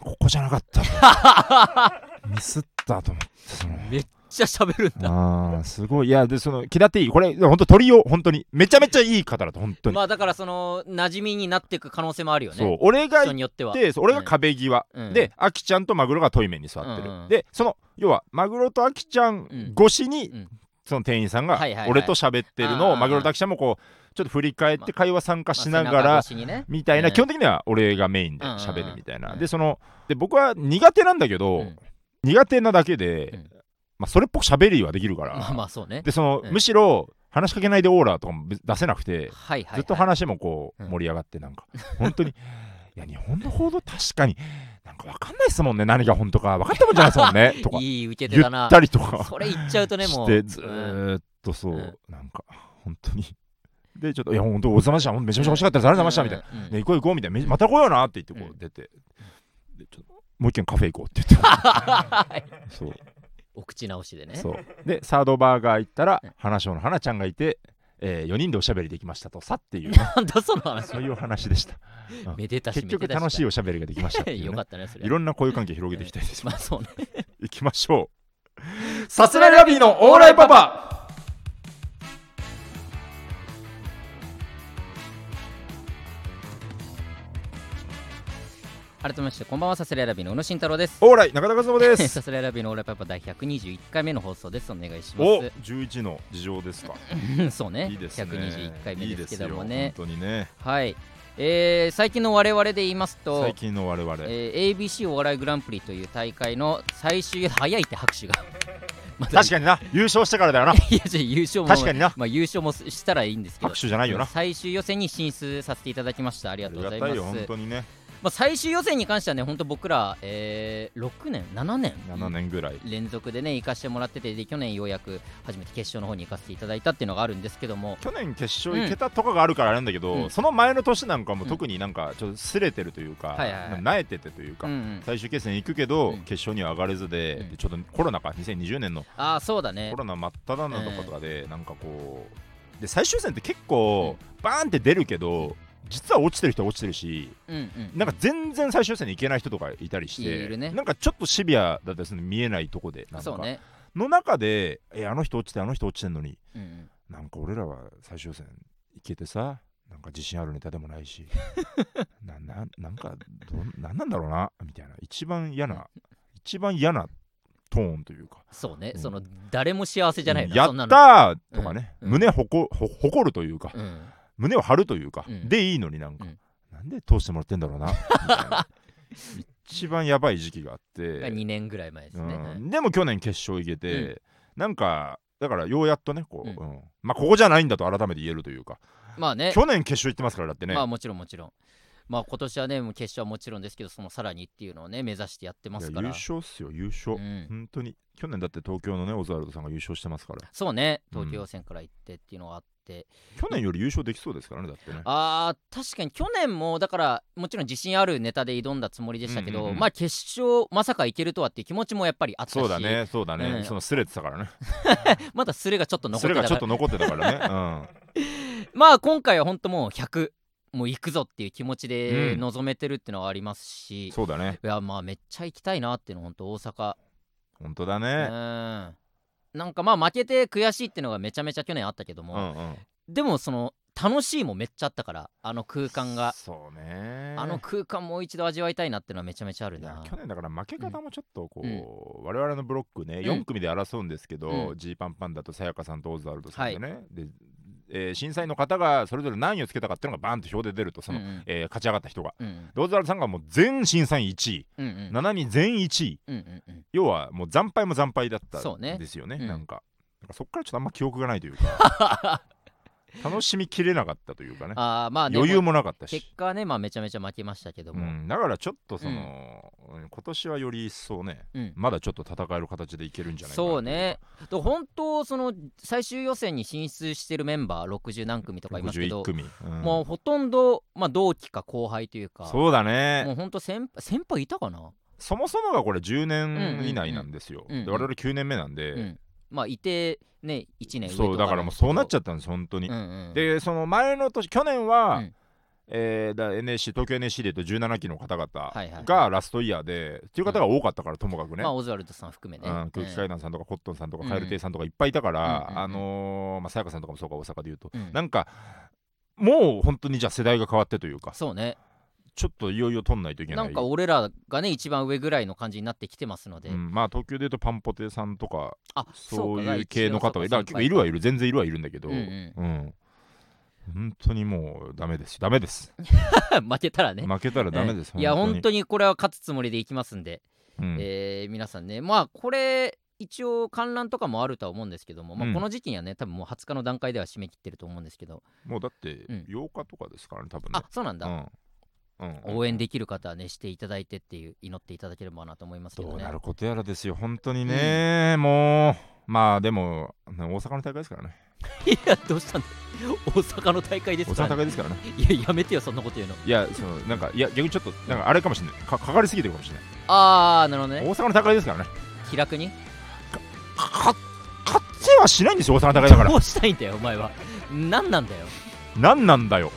[SPEAKER 2] ここじゃなか った。ミスったと思って、その。
[SPEAKER 1] めっちゃ喋るんだ
[SPEAKER 2] ああ、すごい。いや、で、その、気立ていい。これ、本当鳥を、本当に。めちゃめちゃいい方だと、本当に。
[SPEAKER 1] まあだからその馴染みになっていく可能性もあるよね
[SPEAKER 2] そう、俺が
[SPEAKER 1] 人
[SPEAKER 2] 行っ
[SPEAKER 1] によっては
[SPEAKER 2] て、そう俺が壁際。
[SPEAKER 1] うん
[SPEAKER 2] で、アキちゃんとマグロが対面に座ってる。
[SPEAKER 1] うんうん
[SPEAKER 2] で、その、要は、マグロとアキちゃん越しに、
[SPEAKER 1] うんうん
[SPEAKER 2] その店員さんが
[SPEAKER 1] はいはいはい
[SPEAKER 2] 俺と喋ってるのを
[SPEAKER 1] あー
[SPEAKER 2] マグロとアキちゃんもこうちょっと振り返って会話参加しなが
[SPEAKER 1] まあ
[SPEAKER 2] ら
[SPEAKER 1] 背中越しにね
[SPEAKER 2] みたいな、
[SPEAKER 1] うん
[SPEAKER 2] 基本的には俺がメインで喋るみたいな、
[SPEAKER 1] うんうんうん
[SPEAKER 2] でそので僕は苦手なんだけど、
[SPEAKER 1] うん
[SPEAKER 2] 苦手なだけで、
[SPEAKER 1] うん
[SPEAKER 2] まあ、それっぽく喋りはできるから、
[SPEAKER 1] まあまあそうね
[SPEAKER 2] でその、
[SPEAKER 1] うん
[SPEAKER 2] むしろ話しかけないでオーラとかも別出せなくて、
[SPEAKER 1] はいはいはい
[SPEAKER 2] ずっと話もこう
[SPEAKER 1] うん
[SPEAKER 2] 盛り上がってなんか、本当に いや日本の報道確かになんか分かんないですもんね何が本当か分かったもんじゃないですも んねとか
[SPEAKER 1] いい受け手
[SPEAKER 2] 言
[SPEAKER 1] だな
[SPEAKER 2] ったりとか
[SPEAKER 1] それ言っちゃうとねも
[SPEAKER 2] し
[SPEAKER 1] う
[SPEAKER 2] てず
[SPEAKER 1] うん
[SPEAKER 2] ーっとそう、
[SPEAKER 1] うん
[SPEAKER 2] なんか本当にでちょっと「いや本当お疲れ様でしたほんとめちゃめちゃ欲しかったですありがとうございました」みたい
[SPEAKER 1] うんうん
[SPEAKER 2] な「ね行こう行こう」みたいなめ「また来ような」って言ってこ
[SPEAKER 1] う
[SPEAKER 2] うん出て、でちょっともう一軒カフェ行こうって言ってそう
[SPEAKER 1] お口直しでね
[SPEAKER 2] そうでサードバーガー行ったら
[SPEAKER 1] うん
[SPEAKER 2] 花椒の花ちゃんがいて、え4人でおしゃべりできましたとさってい うね、
[SPEAKER 1] なんだその話
[SPEAKER 2] そういうお話でしたうん
[SPEAKER 1] めでたし
[SPEAKER 2] 結局
[SPEAKER 1] めでた
[SPEAKER 2] 楽しいおしゃべりができましたっていう ね
[SPEAKER 1] よかったねそれ
[SPEAKER 2] いろんな交友関係広げていきたいです、
[SPEAKER 1] まあそうね
[SPEAKER 2] 行きましょうさすらいラビーのオーライパパ
[SPEAKER 1] 改めましてこんばんはさすら選びの宇野慎太郎です
[SPEAKER 2] オーライ中田和夫で す
[SPEAKER 1] さすらい選びのオーライパパ第121回目の放送 ですお願いしま
[SPEAKER 2] お
[SPEAKER 1] す
[SPEAKER 2] 11の事情ですか
[SPEAKER 1] そうね
[SPEAKER 2] いいですね
[SPEAKER 1] 121回目ですけども
[SPEAKER 2] いい
[SPEAKER 1] ね
[SPEAKER 2] ですよ本当にね
[SPEAKER 1] はい、えー最近の我々で言いますと
[SPEAKER 2] 最、近の我々、
[SPEAKER 1] えー ABC お笑いグランプリという大会の最終早いって拍手が まだ
[SPEAKER 2] 確かにな優勝してからだよな
[SPEAKER 1] いやじゃあ優 勝も
[SPEAKER 2] 確かにな
[SPEAKER 1] まあ、優勝もしたらいいんですけど
[SPEAKER 2] 拍手じゃないよな
[SPEAKER 1] 最終予選に進出させていただきましたあり
[SPEAKER 2] あ
[SPEAKER 1] がと
[SPEAKER 2] り
[SPEAKER 1] うござ
[SPEAKER 2] が
[SPEAKER 1] い
[SPEAKER 2] た
[SPEAKER 1] ま
[SPEAKER 2] い
[SPEAKER 1] す
[SPEAKER 2] よ本当にね
[SPEAKER 1] まあ、最終予選に関してはね本当僕ら、えー6年7年
[SPEAKER 2] 7年ぐらい、
[SPEAKER 1] 連続でね行かしてもらっててで去年ようやく初めて決勝の方に行かせていただいたっていうのがあるんですけども
[SPEAKER 2] 去年決勝行けたとかがあるからあれなんだけど、
[SPEAKER 1] うん
[SPEAKER 2] その前の年なんかも特になんかちょっとすれてるというか、
[SPEAKER 1] はいはいはい
[SPEAKER 2] なえててというか、
[SPEAKER 1] うんうん
[SPEAKER 2] 最終決戦行くけ
[SPEAKER 1] う
[SPEAKER 2] ど、
[SPEAKER 1] ん
[SPEAKER 2] 決勝には上がれずで,、
[SPEAKER 1] うん
[SPEAKER 2] でちょっとコロナか2020年の
[SPEAKER 1] ああそうだね
[SPEAKER 2] コロナ真っ只中とかで、なんかこうで最終戦って結構、バーンって出るけど実は落ちてる人は落ちてるし
[SPEAKER 1] うんうん
[SPEAKER 2] なんか全然最終戦に行けない人とかいたりして
[SPEAKER 1] いるね
[SPEAKER 2] なんかちょっとシビアだったりするの見えないとこでなんか
[SPEAKER 1] そうね、
[SPEAKER 2] の中でえあの人落ちてあの人落ちてんのに
[SPEAKER 1] うんうん
[SPEAKER 2] なんか俺らは最終戦行けてさなんか自信あるネタでもな いしなななんかどんなんなんだろうなみたいな一番嫌な一番嫌なトーンというか
[SPEAKER 1] そうね、
[SPEAKER 2] うん
[SPEAKER 1] その誰も幸せじゃないな、
[SPEAKER 2] や
[SPEAKER 1] そんな
[SPEAKER 2] っ
[SPEAKER 1] の
[SPEAKER 2] たーとかね、
[SPEAKER 1] うん
[SPEAKER 2] 胸ほこほ誇るというか、
[SPEAKER 1] うん、
[SPEAKER 2] 胸を張るというか、
[SPEAKER 1] うん
[SPEAKER 2] でいいのになんか、
[SPEAKER 1] うん
[SPEAKER 2] なんで通してもらってんだろうなみたいな一番やばい時期があって、
[SPEAKER 1] が2年ぐらい前です
[SPEAKER 2] う
[SPEAKER 1] ね。はい
[SPEAKER 2] ん、でも去年決勝行けて、
[SPEAKER 1] う
[SPEAKER 2] なんかだからようやっとねこう、
[SPEAKER 1] うん
[SPEAKER 2] うんまあここじゃないんだと改めて言えるというか
[SPEAKER 1] まあね、
[SPEAKER 2] 去年決勝行ってますからだってね、
[SPEAKER 1] まあもちろんもちろん。まあ今年はねもう決勝はもちろんですけどそのさらにっていうのをね目指してやってま
[SPEAKER 2] いや
[SPEAKER 1] す
[SPEAKER 2] 優
[SPEAKER 1] から
[SPEAKER 2] 勝っすよ、優勝。
[SPEAKER 1] うん
[SPEAKER 2] 本当に。去年だって東京のね、オズワルドさんが優勝してますから。
[SPEAKER 1] そうね
[SPEAKER 2] うん
[SPEAKER 1] 東京戦から行ってっていうのがあって、
[SPEAKER 2] 去年より優勝できそうですからね、だってね。
[SPEAKER 1] あー確かに去年もだからもちろん自信あるネタで挑んだつもりでしたけど、
[SPEAKER 2] うんうんうん
[SPEAKER 1] まあ決勝まさかいけるとはっていう気持ちもやっぱりあったし
[SPEAKER 2] そうだね、そうだね。
[SPEAKER 1] うん
[SPEAKER 2] そのすれてたからね。
[SPEAKER 1] まだスレがちょっと残っ
[SPEAKER 2] それ
[SPEAKER 1] てた
[SPEAKER 2] が
[SPEAKER 1] か
[SPEAKER 2] ちょ
[SPEAKER 1] ら
[SPEAKER 2] っと残ってた からね。
[SPEAKER 1] まあ今回は本当もう100もう行くぞっていう気持ちで
[SPEAKER 2] うん
[SPEAKER 1] 臨めてるっていうのはあります
[SPEAKER 2] うん。
[SPEAKER 1] し、
[SPEAKER 2] そうだね。
[SPEAKER 1] いやまあめっちゃ行きたいなっていうのは本当大阪
[SPEAKER 2] 本当だ
[SPEAKER 1] う
[SPEAKER 2] ね。
[SPEAKER 1] んなんかまあ負けて悔しいっていうのがめちゃめちゃ去年あったけど
[SPEAKER 2] う
[SPEAKER 1] も、
[SPEAKER 2] んうん。
[SPEAKER 1] でもその楽しいもめっちゃあったからあの空間が、
[SPEAKER 2] そうね。
[SPEAKER 1] あの空間もう一度味わいたいなっていうのはめちゃめちゃある
[SPEAKER 2] いや
[SPEAKER 1] な
[SPEAKER 2] 去年だから負け方もちょっとこう、
[SPEAKER 1] う
[SPEAKER 2] 我々のブロック
[SPEAKER 1] ん
[SPEAKER 2] ね4組で争うんですけ
[SPEAKER 1] う
[SPEAKER 2] ど
[SPEAKER 1] ん
[SPEAKER 2] ジー、パンパンダとさやかさんとオズワルドさんでね、でえー審査員の方がそれぞれ何位をつけたかっていうのがバーンと表で出るとその、
[SPEAKER 1] うんうん
[SPEAKER 2] えー勝ち上がった人が。
[SPEAKER 1] うんうん
[SPEAKER 2] でオズワルドさんがもう全審査員1位、
[SPEAKER 1] うんうん
[SPEAKER 2] 7人全員1位
[SPEAKER 1] うんうんうん
[SPEAKER 2] 要はもう惨敗も惨敗だった
[SPEAKER 1] そうんね
[SPEAKER 2] ですよね
[SPEAKER 1] うん
[SPEAKER 2] なんかなんかそっからちょっとあんま記憶がないというか楽しみきれなかったというかね
[SPEAKER 1] あーまあでも
[SPEAKER 2] 余裕もなかったし
[SPEAKER 1] 結果はねまあめちゃめちゃ負けましたけど
[SPEAKER 2] う
[SPEAKER 1] も、
[SPEAKER 2] ん、だからちょっとその、今年はより一層ね、
[SPEAKER 1] うん
[SPEAKER 2] まだちょっと戦える形でいけるんじゃないかな
[SPEAKER 1] そうねだから本当その最終予選に進出してるメンバー60何組とかいますけ
[SPEAKER 2] 61
[SPEAKER 1] ど
[SPEAKER 2] 組、うん
[SPEAKER 1] もうほとんど、まあ、同期か後輩というか
[SPEAKER 2] そうだ
[SPEAKER 1] も
[SPEAKER 2] ね
[SPEAKER 1] う本当先先輩いたかな、
[SPEAKER 2] そもそもがこれ10
[SPEAKER 1] うんうんうん
[SPEAKER 2] 年以内なんですよ、
[SPEAKER 1] うんうん
[SPEAKER 2] で我々9年目なんで、
[SPEAKER 1] うん、まあいてね1年上と
[SPEAKER 2] そうだからもうそうなっち
[SPEAKER 1] ゃ
[SPEAKER 2] ゃったんです本当に、
[SPEAKER 1] うんうん、
[SPEAKER 2] でその前の年去年は、
[SPEAKER 1] うん
[SPEAKER 2] えーだ NSC 東京 NSC で言うと17期の方
[SPEAKER 1] はいは
[SPEAKER 2] 々
[SPEAKER 1] いは
[SPEAKER 2] がラストイヤーで、っていう方が多かったから、ともかくね、
[SPEAKER 1] まあオズワルドさん含めね、
[SPEAKER 2] うん、空気階
[SPEAKER 1] ね
[SPEAKER 2] 段さんとかコットンさんとか
[SPEAKER 1] うん
[SPEAKER 2] カエル亭さんとかいっぱいいたから、
[SPEAKER 1] うんうんうん
[SPEAKER 2] あのーまあ、さやかさんとかもそうか大阪で言うと、
[SPEAKER 1] うん
[SPEAKER 2] なんかもう本当にじゃあ世代が変わってというか
[SPEAKER 1] そうね
[SPEAKER 2] ちょっといよいよ取んないといけ
[SPEAKER 1] な
[SPEAKER 2] ない
[SPEAKER 1] んか俺らがね一番上ぐらいの感じになってきてますので、
[SPEAKER 2] うん、まあ東京で言うとパンポテさんとか
[SPEAKER 1] あ
[SPEAKER 2] そう
[SPEAKER 1] か
[SPEAKER 2] いう系の方は
[SPEAKER 1] 一応
[SPEAKER 2] だから
[SPEAKER 1] そう
[SPEAKER 2] 結
[SPEAKER 1] か
[SPEAKER 2] 構いるはいる全然いるはいるんだけど、
[SPEAKER 1] うんうん
[SPEAKER 2] うん本当にもうダメですダメです、
[SPEAKER 1] 負けたらね
[SPEAKER 2] 負けたらダメです、
[SPEAKER 1] ええいや本
[SPEAKER 2] に
[SPEAKER 1] 当にこれは勝つつもりでいきますんで、
[SPEAKER 2] うん
[SPEAKER 1] えー皆さんねまあこれ一応観覧とかもあるとは思うんですけども、ま
[SPEAKER 2] う
[SPEAKER 1] あ、
[SPEAKER 2] ん
[SPEAKER 1] この時期にはね多分もう20日の段階では締め切ってると思うんですけど、
[SPEAKER 2] もうだって
[SPEAKER 1] うん
[SPEAKER 2] 8日とかですからね多分ね
[SPEAKER 1] あそうなんだ、
[SPEAKER 2] うんうん
[SPEAKER 1] 応援できる方はねしていただいてっていう祈っていただければなと思いますけどね
[SPEAKER 2] どうなることやらですよ、本当にね、もう、まあでも、な大阪の大会ですからね、
[SPEAKER 1] いやどうしたんだ大阪の大会で
[SPEAKER 2] 大
[SPEAKER 1] す
[SPEAKER 2] 阪
[SPEAKER 1] から
[SPEAKER 2] の大
[SPEAKER 1] ね、
[SPEAKER 2] 会ですからね、
[SPEAKER 1] いややめてよそんなこと言うの
[SPEAKER 2] いや、そのなんか、いや、逆にちょっと、なんかあれかもしれない、かかかりすぎてるかもしれない、
[SPEAKER 1] ああなるほどね
[SPEAKER 2] 大阪の大会ですからね、
[SPEAKER 1] 気楽に
[SPEAKER 2] かか勝てはしないんですよ、大阪の大会だから
[SPEAKER 1] ど、うしたいんだよお前は何なんだよ
[SPEAKER 2] なんなんだよ、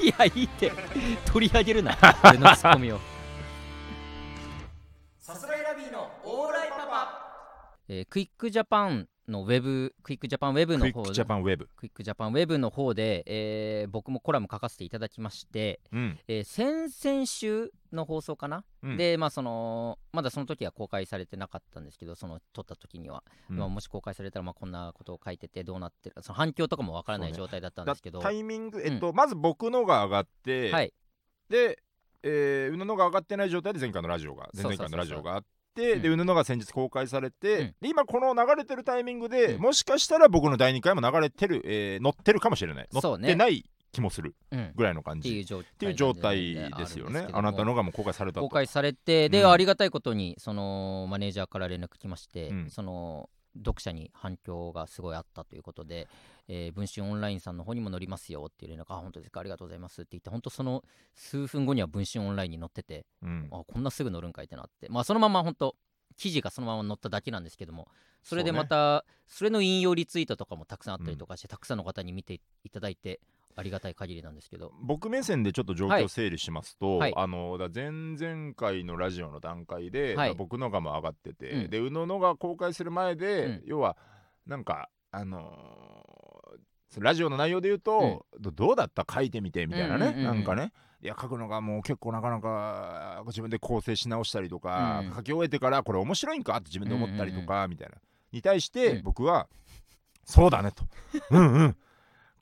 [SPEAKER 1] いやいいって取り上げるな俺のツッコミを さすがいラビーのオーライパパ、えークイックジャパンのウェブクイックジャパンウェブ
[SPEAKER 2] ク
[SPEAKER 1] の
[SPEAKER 2] イッ
[SPEAKER 1] 方
[SPEAKER 2] クジャパンウェブ、
[SPEAKER 1] クイックジャパンウェブの方で、えー僕もコラム書かせていただきまして、
[SPEAKER 2] うん、
[SPEAKER 1] えー先々週の放送かな、
[SPEAKER 2] うん
[SPEAKER 1] でまあそのまだその時は公開されてなかったんですけどその撮った時には、
[SPEAKER 2] うん
[SPEAKER 1] まあ、もし公開されたらまあこんなことを書いててどうなってるその反響とかもわからない
[SPEAKER 2] そうね
[SPEAKER 1] 状態だったん
[SPEAKER 2] だ
[SPEAKER 1] ですけど、
[SPEAKER 2] タイミング、えっと、まず僕のが上がって、
[SPEAKER 1] はい
[SPEAKER 2] で、えー、宇野のが上がってない状態で前回のラジオが前々回のラジオがあって。
[SPEAKER 1] そう
[SPEAKER 2] で宇野のが先日公開されて、
[SPEAKER 1] うん
[SPEAKER 2] で今この流れてるタイミングで、
[SPEAKER 1] うん
[SPEAKER 2] もしかしたら僕の第2回も流れてる、えー乗ってるかもしれない乗
[SPEAKER 1] そう
[SPEAKER 2] っ
[SPEAKER 1] ね
[SPEAKER 2] てない気もする
[SPEAKER 1] うん、
[SPEAKER 2] ぐらいの感
[SPEAKER 1] って
[SPEAKER 2] じ
[SPEAKER 1] いう
[SPEAKER 2] っ
[SPEAKER 1] 状態
[SPEAKER 2] ていう状態ですよね
[SPEAKER 1] んですけども
[SPEAKER 2] あなたのがもう公開されたと
[SPEAKER 1] 公開されてで、
[SPEAKER 2] うん
[SPEAKER 1] ありがたいことにそのマネージャーから連絡来まして、
[SPEAKER 2] うん
[SPEAKER 1] その読者に反響がすごいあったということで、えー文春オンラインさんの方にも載りますよっていう連絡あ本当ですかありがとうございますって言って本当その数分後には文春オンラインに載ってて
[SPEAKER 2] うん
[SPEAKER 1] あこんなすぐ載るんかいってなってまあそのまま本当記事がそのまま載っただけなんですけどもそれで
[SPEAKER 2] そうね
[SPEAKER 1] またそ,、れの引用リツイートとかもたくさんあったりとかして、たくさんの方に見ていただいてありがたい限りなんですけど
[SPEAKER 2] 僕目線でちょっと状況を整理しますと、
[SPEAKER 1] はい
[SPEAKER 2] あのだ前々回のラジオの段階で、
[SPEAKER 1] はい
[SPEAKER 2] だ僕のがも上がってて、
[SPEAKER 1] うん
[SPEAKER 2] で宇野のが公開する前で、
[SPEAKER 1] うん
[SPEAKER 2] 要はなんかあのーそのラジオの内容で言うと、どどうだった書いてみてみたいなね、
[SPEAKER 1] うんうんうんうん
[SPEAKER 2] なんかねいや書くのがもう結構なかなか自分で構成し直したりとか、
[SPEAKER 1] うん
[SPEAKER 2] 書き終えてからこれ面白いんかって自分で思ったりとか、みたいなに対して、
[SPEAKER 1] うん
[SPEAKER 2] 僕は「そうだね」と「うんうん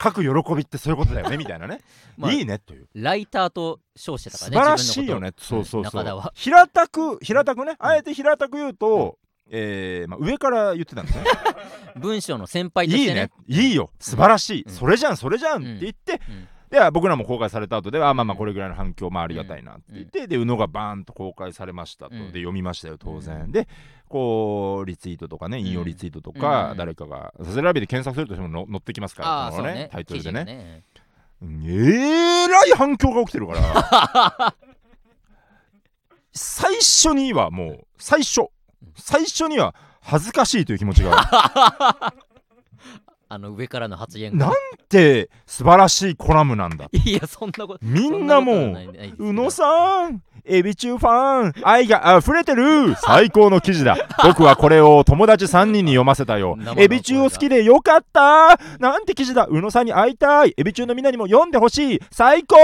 [SPEAKER 2] 書く喜びってそういうことだよね」みたいなね、
[SPEAKER 1] まあ
[SPEAKER 2] いいねという。
[SPEAKER 1] ライターと称してたか
[SPEAKER 2] 素
[SPEAKER 1] ら
[SPEAKER 2] 晴
[SPEAKER 1] ね
[SPEAKER 2] らしいよね。
[SPEAKER 1] 自分
[SPEAKER 2] そ
[SPEAKER 1] の
[SPEAKER 2] う
[SPEAKER 1] こと
[SPEAKER 2] そう
[SPEAKER 1] 中
[SPEAKER 2] そ
[SPEAKER 1] 田
[SPEAKER 2] う
[SPEAKER 1] は。
[SPEAKER 2] 平たく平たくね、あえて平たく言うと、えーまあ、上から言ってたんで すね。
[SPEAKER 1] 文章の先輩とし
[SPEAKER 2] いい
[SPEAKER 1] てね
[SPEAKER 2] ね、いいよ、素晴らしい、
[SPEAKER 1] うん
[SPEAKER 2] それじゃん、それじゃん、
[SPEAKER 1] うん
[SPEAKER 2] って言って、
[SPEAKER 1] うん
[SPEAKER 2] では僕らも公開された後ではあまあまあこれぐらいの反響まあありがたいなって言って、で宇野がバーンと公開されましたと、
[SPEAKER 1] うん
[SPEAKER 2] で読みましたよ当然、
[SPEAKER 1] うん
[SPEAKER 2] でこうリツイートとかね引用リツイートとか、
[SPEAKER 1] うん
[SPEAKER 2] 誰かが「サセラビ」で検索するとしてもの載ってきますから
[SPEAKER 1] ああ
[SPEAKER 2] こ
[SPEAKER 1] そう
[SPEAKER 2] の
[SPEAKER 1] ね
[SPEAKER 2] タイトルで
[SPEAKER 1] 記
[SPEAKER 2] ね
[SPEAKER 1] 事がね
[SPEAKER 2] うんえらい反響が起きてるから最初にはもう最初最初には恥ずかしいという気持ちが
[SPEAKER 1] あの上からの発言が
[SPEAKER 2] なんて素晴らしいコラムなんだ
[SPEAKER 1] いやそんなこと
[SPEAKER 2] みんなも
[SPEAKER 1] そん
[SPEAKER 2] う
[SPEAKER 1] なことはない
[SPEAKER 2] 宇野さんエビ中ファン愛が溢れてる最高の記事だ僕はこれを友達3人に読ませたよ
[SPEAKER 1] 生の声が
[SPEAKER 2] エビ中を好きでよかったなんて記事だ宇野さんに会いたいエビ中のみんなにも読んでほしい最高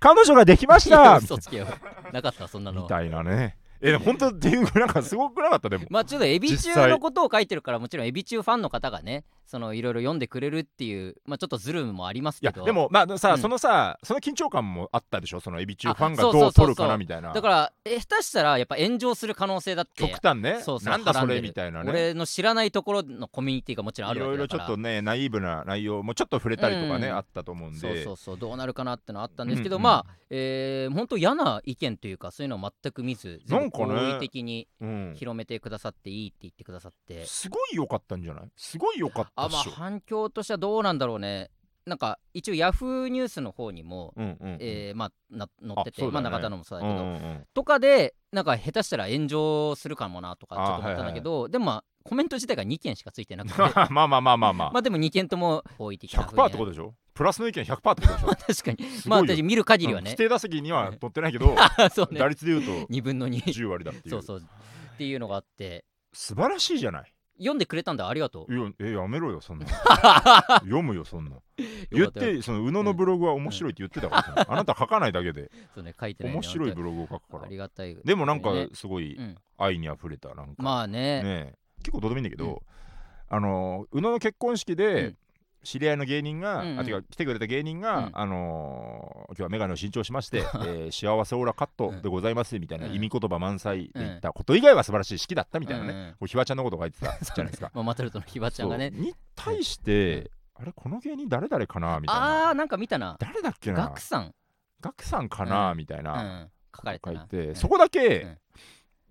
[SPEAKER 2] 彼女ができまし
[SPEAKER 1] いや
[SPEAKER 2] た
[SPEAKER 1] 嘘つけよなかったそんな
[SPEAKER 2] み
[SPEAKER 1] の
[SPEAKER 2] たいなねえ本当っていうなんかすごくなかったでも
[SPEAKER 1] まあちょっとエビ
[SPEAKER 2] 実
[SPEAKER 1] 中
[SPEAKER 2] 際
[SPEAKER 1] のことを書いてるからもちろんエビ中ファンの方がねそのいろいろ読んでくれるっていうまあちょっとズルもあります
[SPEAKER 2] い
[SPEAKER 1] け
[SPEAKER 2] や
[SPEAKER 1] ど
[SPEAKER 2] でもまあさ、
[SPEAKER 1] うん
[SPEAKER 2] そのさその緊張感もあったでしょそのエビ中ファンが
[SPEAKER 1] あそうそう
[SPEAKER 2] ど
[SPEAKER 1] そう
[SPEAKER 2] う
[SPEAKER 1] そう
[SPEAKER 2] 取るかなみたいな
[SPEAKER 1] だからえ下手したらやっぱ炎上する可能性だって
[SPEAKER 2] 極端ね
[SPEAKER 1] そうそう
[SPEAKER 2] なん
[SPEAKER 1] は
[SPEAKER 2] だ
[SPEAKER 1] ら
[SPEAKER 2] そ
[SPEAKER 1] んで
[SPEAKER 2] れ
[SPEAKER 1] る
[SPEAKER 2] みたいなね
[SPEAKER 1] 俺の知らないところのコミュニティがもちろんあ
[SPEAKER 2] い
[SPEAKER 1] るわ
[SPEAKER 2] ろ
[SPEAKER 1] け
[SPEAKER 2] いろ
[SPEAKER 1] だか
[SPEAKER 2] ちょ
[SPEAKER 1] ら
[SPEAKER 2] っとねナイーブな内容もちょっと触れたりとかね、
[SPEAKER 1] うん
[SPEAKER 2] あったと思うんで
[SPEAKER 1] そうそうそうどうなるかなってのはあったんですけど、
[SPEAKER 2] うんうん
[SPEAKER 1] まあ、えー、本当嫌な意見というかそういうのは全く見ず
[SPEAKER 2] なんかね
[SPEAKER 1] 全部好意的に
[SPEAKER 2] うん
[SPEAKER 1] 広めてくださっていいって言ってくださって、
[SPEAKER 2] すごい良かったんじゃないすごい良かった
[SPEAKER 1] あ
[SPEAKER 2] っし
[SPEAKER 1] まあ
[SPEAKER 2] ょ、
[SPEAKER 1] 反響としてはどうなんだろうねなんか一応ヤフーニュースの方にも、
[SPEAKER 2] うんうんうん
[SPEAKER 1] えーまあ、な載ってて、
[SPEAKER 2] あそう
[SPEAKER 1] ま
[SPEAKER 2] だ
[SPEAKER 1] あ、
[SPEAKER 2] ね
[SPEAKER 1] 中田のもそうだ
[SPEAKER 2] う
[SPEAKER 1] け
[SPEAKER 2] ん
[SPEAKER 1] ど、
[SPEAKER 2] うんうん
[SPEAKER 1] とかでなんか下手したら炎上するかもなとかちょっ
[SPEAKER 2] あ
[SPEAKER 1] と思ったんだけど、でもまあコメント自体が2件しかついてなく て
[SPEAKER 2] まあまあまあまあまあ、
[SPEAKER 1] まあでも2件とも好意的な
[SPEAKER 2] 100%ってこと
[SPEAKER 1] と
[SPEAKER 2] でしょプラスの意見100%ってことで しょ
[SPEAKER 1] 確かに
[SPEAKER 2] す
[SPEAKER 1] まあ
[SPEAKER 2] ごいよ
[SPEAKER 1] 私見る限りは
[SPEAKER 2] うん
[SPEAKER 1] ね
[SPEAKER 2] 規、定打席には取ってないけど
[SPEAKER 1] あ そうね
[SPEAKER 2] 打率で言うと
[SPEAKER 1] 2分の2
[SPEAKER 2] 10割だっていう
[SPEAKER 1] そうそうっていうのがあって
[SPEAKER 2] 素晴らしいじゃない
[SPEAKER 1] 読んでくれたんだありがとう
[SPEAKER 2] いやえやめろよ そんな読むよそんな
[SPEAKER 1] よ
[SPEAKER 2] 言
[SPEAKER 1] か
[SPEAKER 2] っ
[SPEAKER 1] ったよ
[SPEAKER 2] てその宇野のブログは面白いって言ってたから、あなた書かないだけで
[SPEAKER 1] そうね書 いてないね
[SPEAKER 2] 面白い
[SPEAKER 1] 本
[SPEAKER 2] ブログを書く
[SPEAKER 1] 当
[SPEAKER 2] か
[SPEAKER 1] にあ
[SPEAKER 2] ら
[SPEAKER 1] りがたい
[SPEAKER 2] でもなんか
[SPEAKER 1] ね
[SPEAKER 2] すごい
[SPEAKER 1] うん
[SPEAKER 2] 愛にあふれたなんか、
[SPEAKER 1] まあね
[SPEAKER 2] ねえ結構どうでもいいんだけど、
[SPEAKER 1] うん
[SPEAKER 2] あの宇野の結婚式
[SPEAKER 1] う
[SPEAKER 2] で
[SPEAKER 1] ん
[SPEAKER 2] 知り合いの芸人が、
[SPEAKER 1] うんうん
[SPEAKER 2] あてか来てくれた芸人が、
[SPEAKER 1] うん
[SPEAKER 2] あのー今日は眼鏡を新調しまして、えー幸せオーラカットでございますみたいな
[SPEAKER 1] うん
[SPEAKER 2] 意味言葉満載で言ったこと以外は素晴らしい式だったみたいなね、
[SPEAKER 1] うんうん。
[SPEAKER 2] こうひわちゃんのことが書いてたじゃないですか
[SPEAKER 1] まあ、マトルトのひばちゃんがね
[SPEAKER 2] そうに対して、あれこの芸人誰々かなみたい
[SPEAKER 1] あ
[SPEAKER 2] な
[SPEAKER 1] ーなんか見たな
[SPEAKER 2] 誰だっけ
[SPEAKER 1] ガ
[SPEAKER 2] な
[SPEAKER 1] クさん、
[SPEAKER 2] ガクさんかな、
[SPEAKER 1] う
[SPEAKER 2] みたいうな、
[SPEAKER 1] ん、書かれて
[SPEAKER 2] 書い
[SPEAKER 1] な
[SPEAKER 2] て、
[SPEAKER 1] うん
[SPEAKER 2] そこだけ、
[SPEAKER 1] うん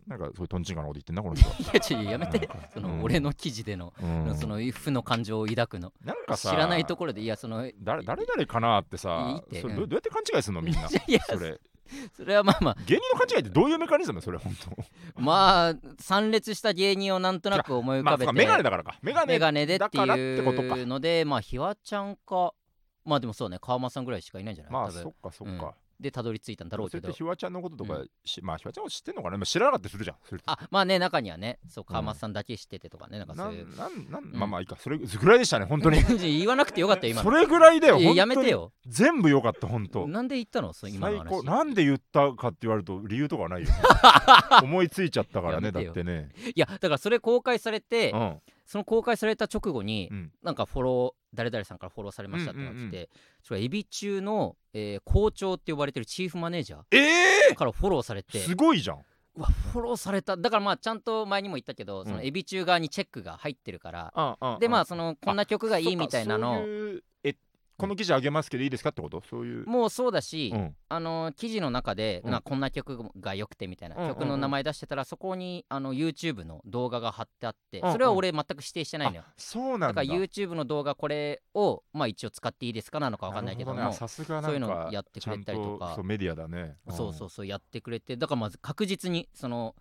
[SPEAKER 2] なんかそういうとんちんかなこと言ってんなこ の人は
[SPEAKER 1] いやちょやめてその、
[SPEAKER 2] うん
[SPEAKER 1] 俺の記事での、
[SPEAKER 2] うん
[SPEAKER 1] その負の感情を抱くの
[SPEAKER 2] なんか
[SPEAKER 1] 知
[SPEAKER 2] さ
[SPEAKER 1] らないところでいやそのい
[SPEAKER 2] 誰誰々かなってさ
[SPEAKER 1] いいって
[SPEAKER 2] それ
[SPEAKER 1] う
[SPEAKER 2] ど
[SPEAKER 1] ん
[SPEAKER 2] どうやって勘違いするのみんな
[SPEAKER 1] や
[SPEAKER 2] それ
[SPEAKER 1] それはまあまあ
[SPEAKER 2] 芸人の勘違いってどういうメカニズムそれ本
[SPEAKER 1] まあ参列した芸人をなんとなく思い
[SPEAKER 2] 当
[SPEAKER 1] 浮
[SPEAKER 2] ま
[SPEAKER 1] か
[SPEAKER 2] あ
[SPEAKER 1] べ
[SPEAKER 2] そ
[SPEAKER 1] て、
[SPEAKER 2] うかメガネだからかメガ
[SPEAKER 1] メ
[SPEAKER 2] ネ
[SPEAKER 1] ガネでって
[SPEAKER 2] だからってこと
[SPEAKER 1] い
[SPEAKER 2] か
[SPEAKER 1] うのでまあひわちゃんかまあでもそうね川間さんぐらいしかいないんじゃない、
[SPEAKER 2] まあ
[SPEAKER 1] 多分
[SPEAKER 2] そっかそっ
[SPEAKER 1] うん
[SPEAKER 2] か
[SPEAKER 1] でたどり着いたんだろう
[SPEAKER 2] そ
[SPEAKER 1] け
[SPEAKER 2] れって
[SPEAKER 1] ど
[SPEAKER 2] ひわちゃんのことと
[SPEAKER 1] う
[SPEAKER 2] かしまあひわちゃんを知ってんのかなまあ知らなかったりするじゃんそれって
[SPEAKER 1] あまあね中にはねそう川間さんだけ知っててとかね、なんか
[SPEAKER 2] な
[SPEAKER 1] そうんいう
[SPEAKER 2] なんなん
[SPEAKER 1] ん
[SPEAKER 2] まあまあいいかそれぐらいでしたね本当に
[SPEAKER 1] 言わなくてよかったよ今
[SPEAKER 2] そ
[SPEAKER 1] の
[SPEAKER 2] れぐらいだよ
[SPEAKER 1] いや
[SPEAKER 2] 本
[SPEAKER 1] やめ
[SPEAKER 2] 当
[SPEAKER 1] て
[SPEAKER 2] に
[SPEAKER 1] よ
[SPEAKER 2] 全部良かった本当
[SPEAKER 1] なんで言ったのそう今
[SPEAKER 2] 最
[SPEAKER 1] の話
[SPEAKER 2] 高なんで言ったかって言われると理由とか はないよ思いついちゃったからね
[SPEAKER 1] や
[SPEAKER 2] だ
[SPEAKER 1] め
[SPEAKER 2] って
[SPEAKER 1] よ
[SPEAKER 2] てね
[SPEAKER 1] いやだからそれ公開されて、
[SPEAKER 2] うん
[SPEAKER 1] その公開された直後に、
[SPEAKER 2] うん
[SPEAKER 1] なんかフォロー誰々さんからフォローされましたってなってて、
[SPEAKER 2] うんうんう
[SPEAKER 1] それはエビ中の、えー校長って呼ばれてるチーフマネージャ
[SPEAKER 2] え
[SPEAKER 1] ーからフォローされ
[SPEAKER 2] え
[SPEAKER 1] て
[SPEAKER 2] すごいじゃん
[SPEAKER 1] うわフォローされただからまあちゃんと前にも言ったけど、
[SPEAKER 2] ん
[SPEAKER 1] そのエビ中側にチェックが入ってるから、で
[SPEAKER 2] で
[SPEAKER 1] まあそのこんな曲がい
[SPEAKER 2] そう
[SPEAKER 1] い
[SPEAKER 2] か
[SPEAKER 1] みたいなの
[SPEAKER 2] そういうえこの記事あげますけどいいですかってことそういう、
[SPEAKER 1] もうそうだし、
[SPEAKER 2] うん
[SPEAKER 1] あの記事の中で、
[SPEAKER 2] うん
[SPEAKER 1] なこんな曲が良くてみたいな、
[SPEAKER 2] うんうんうん
[SPEAKER 1] 曲の名前出してたらそこにあの YouTube の動画が貼ってあって、
[SPEAKER 2] うんうん
[SPEAKER 1] それは俺全く指定してないのよ、
[SPEAKER 2] あそうなん
[SPEAKER 1] だ
[SPEAKER 2] だ
[SPEAKER 1] から YouTube の動画これをまあ一応使っていいですかなのかわかんないけども
[SPEAKER 2] るほねあさすがなんか
[SPEAKER 1] そういうのやってくれたりとか
[SPEAKER 2] ちゃんそうメディアだね
[SPEAKER 1] そうそううそうやってくれてだからまず確実にその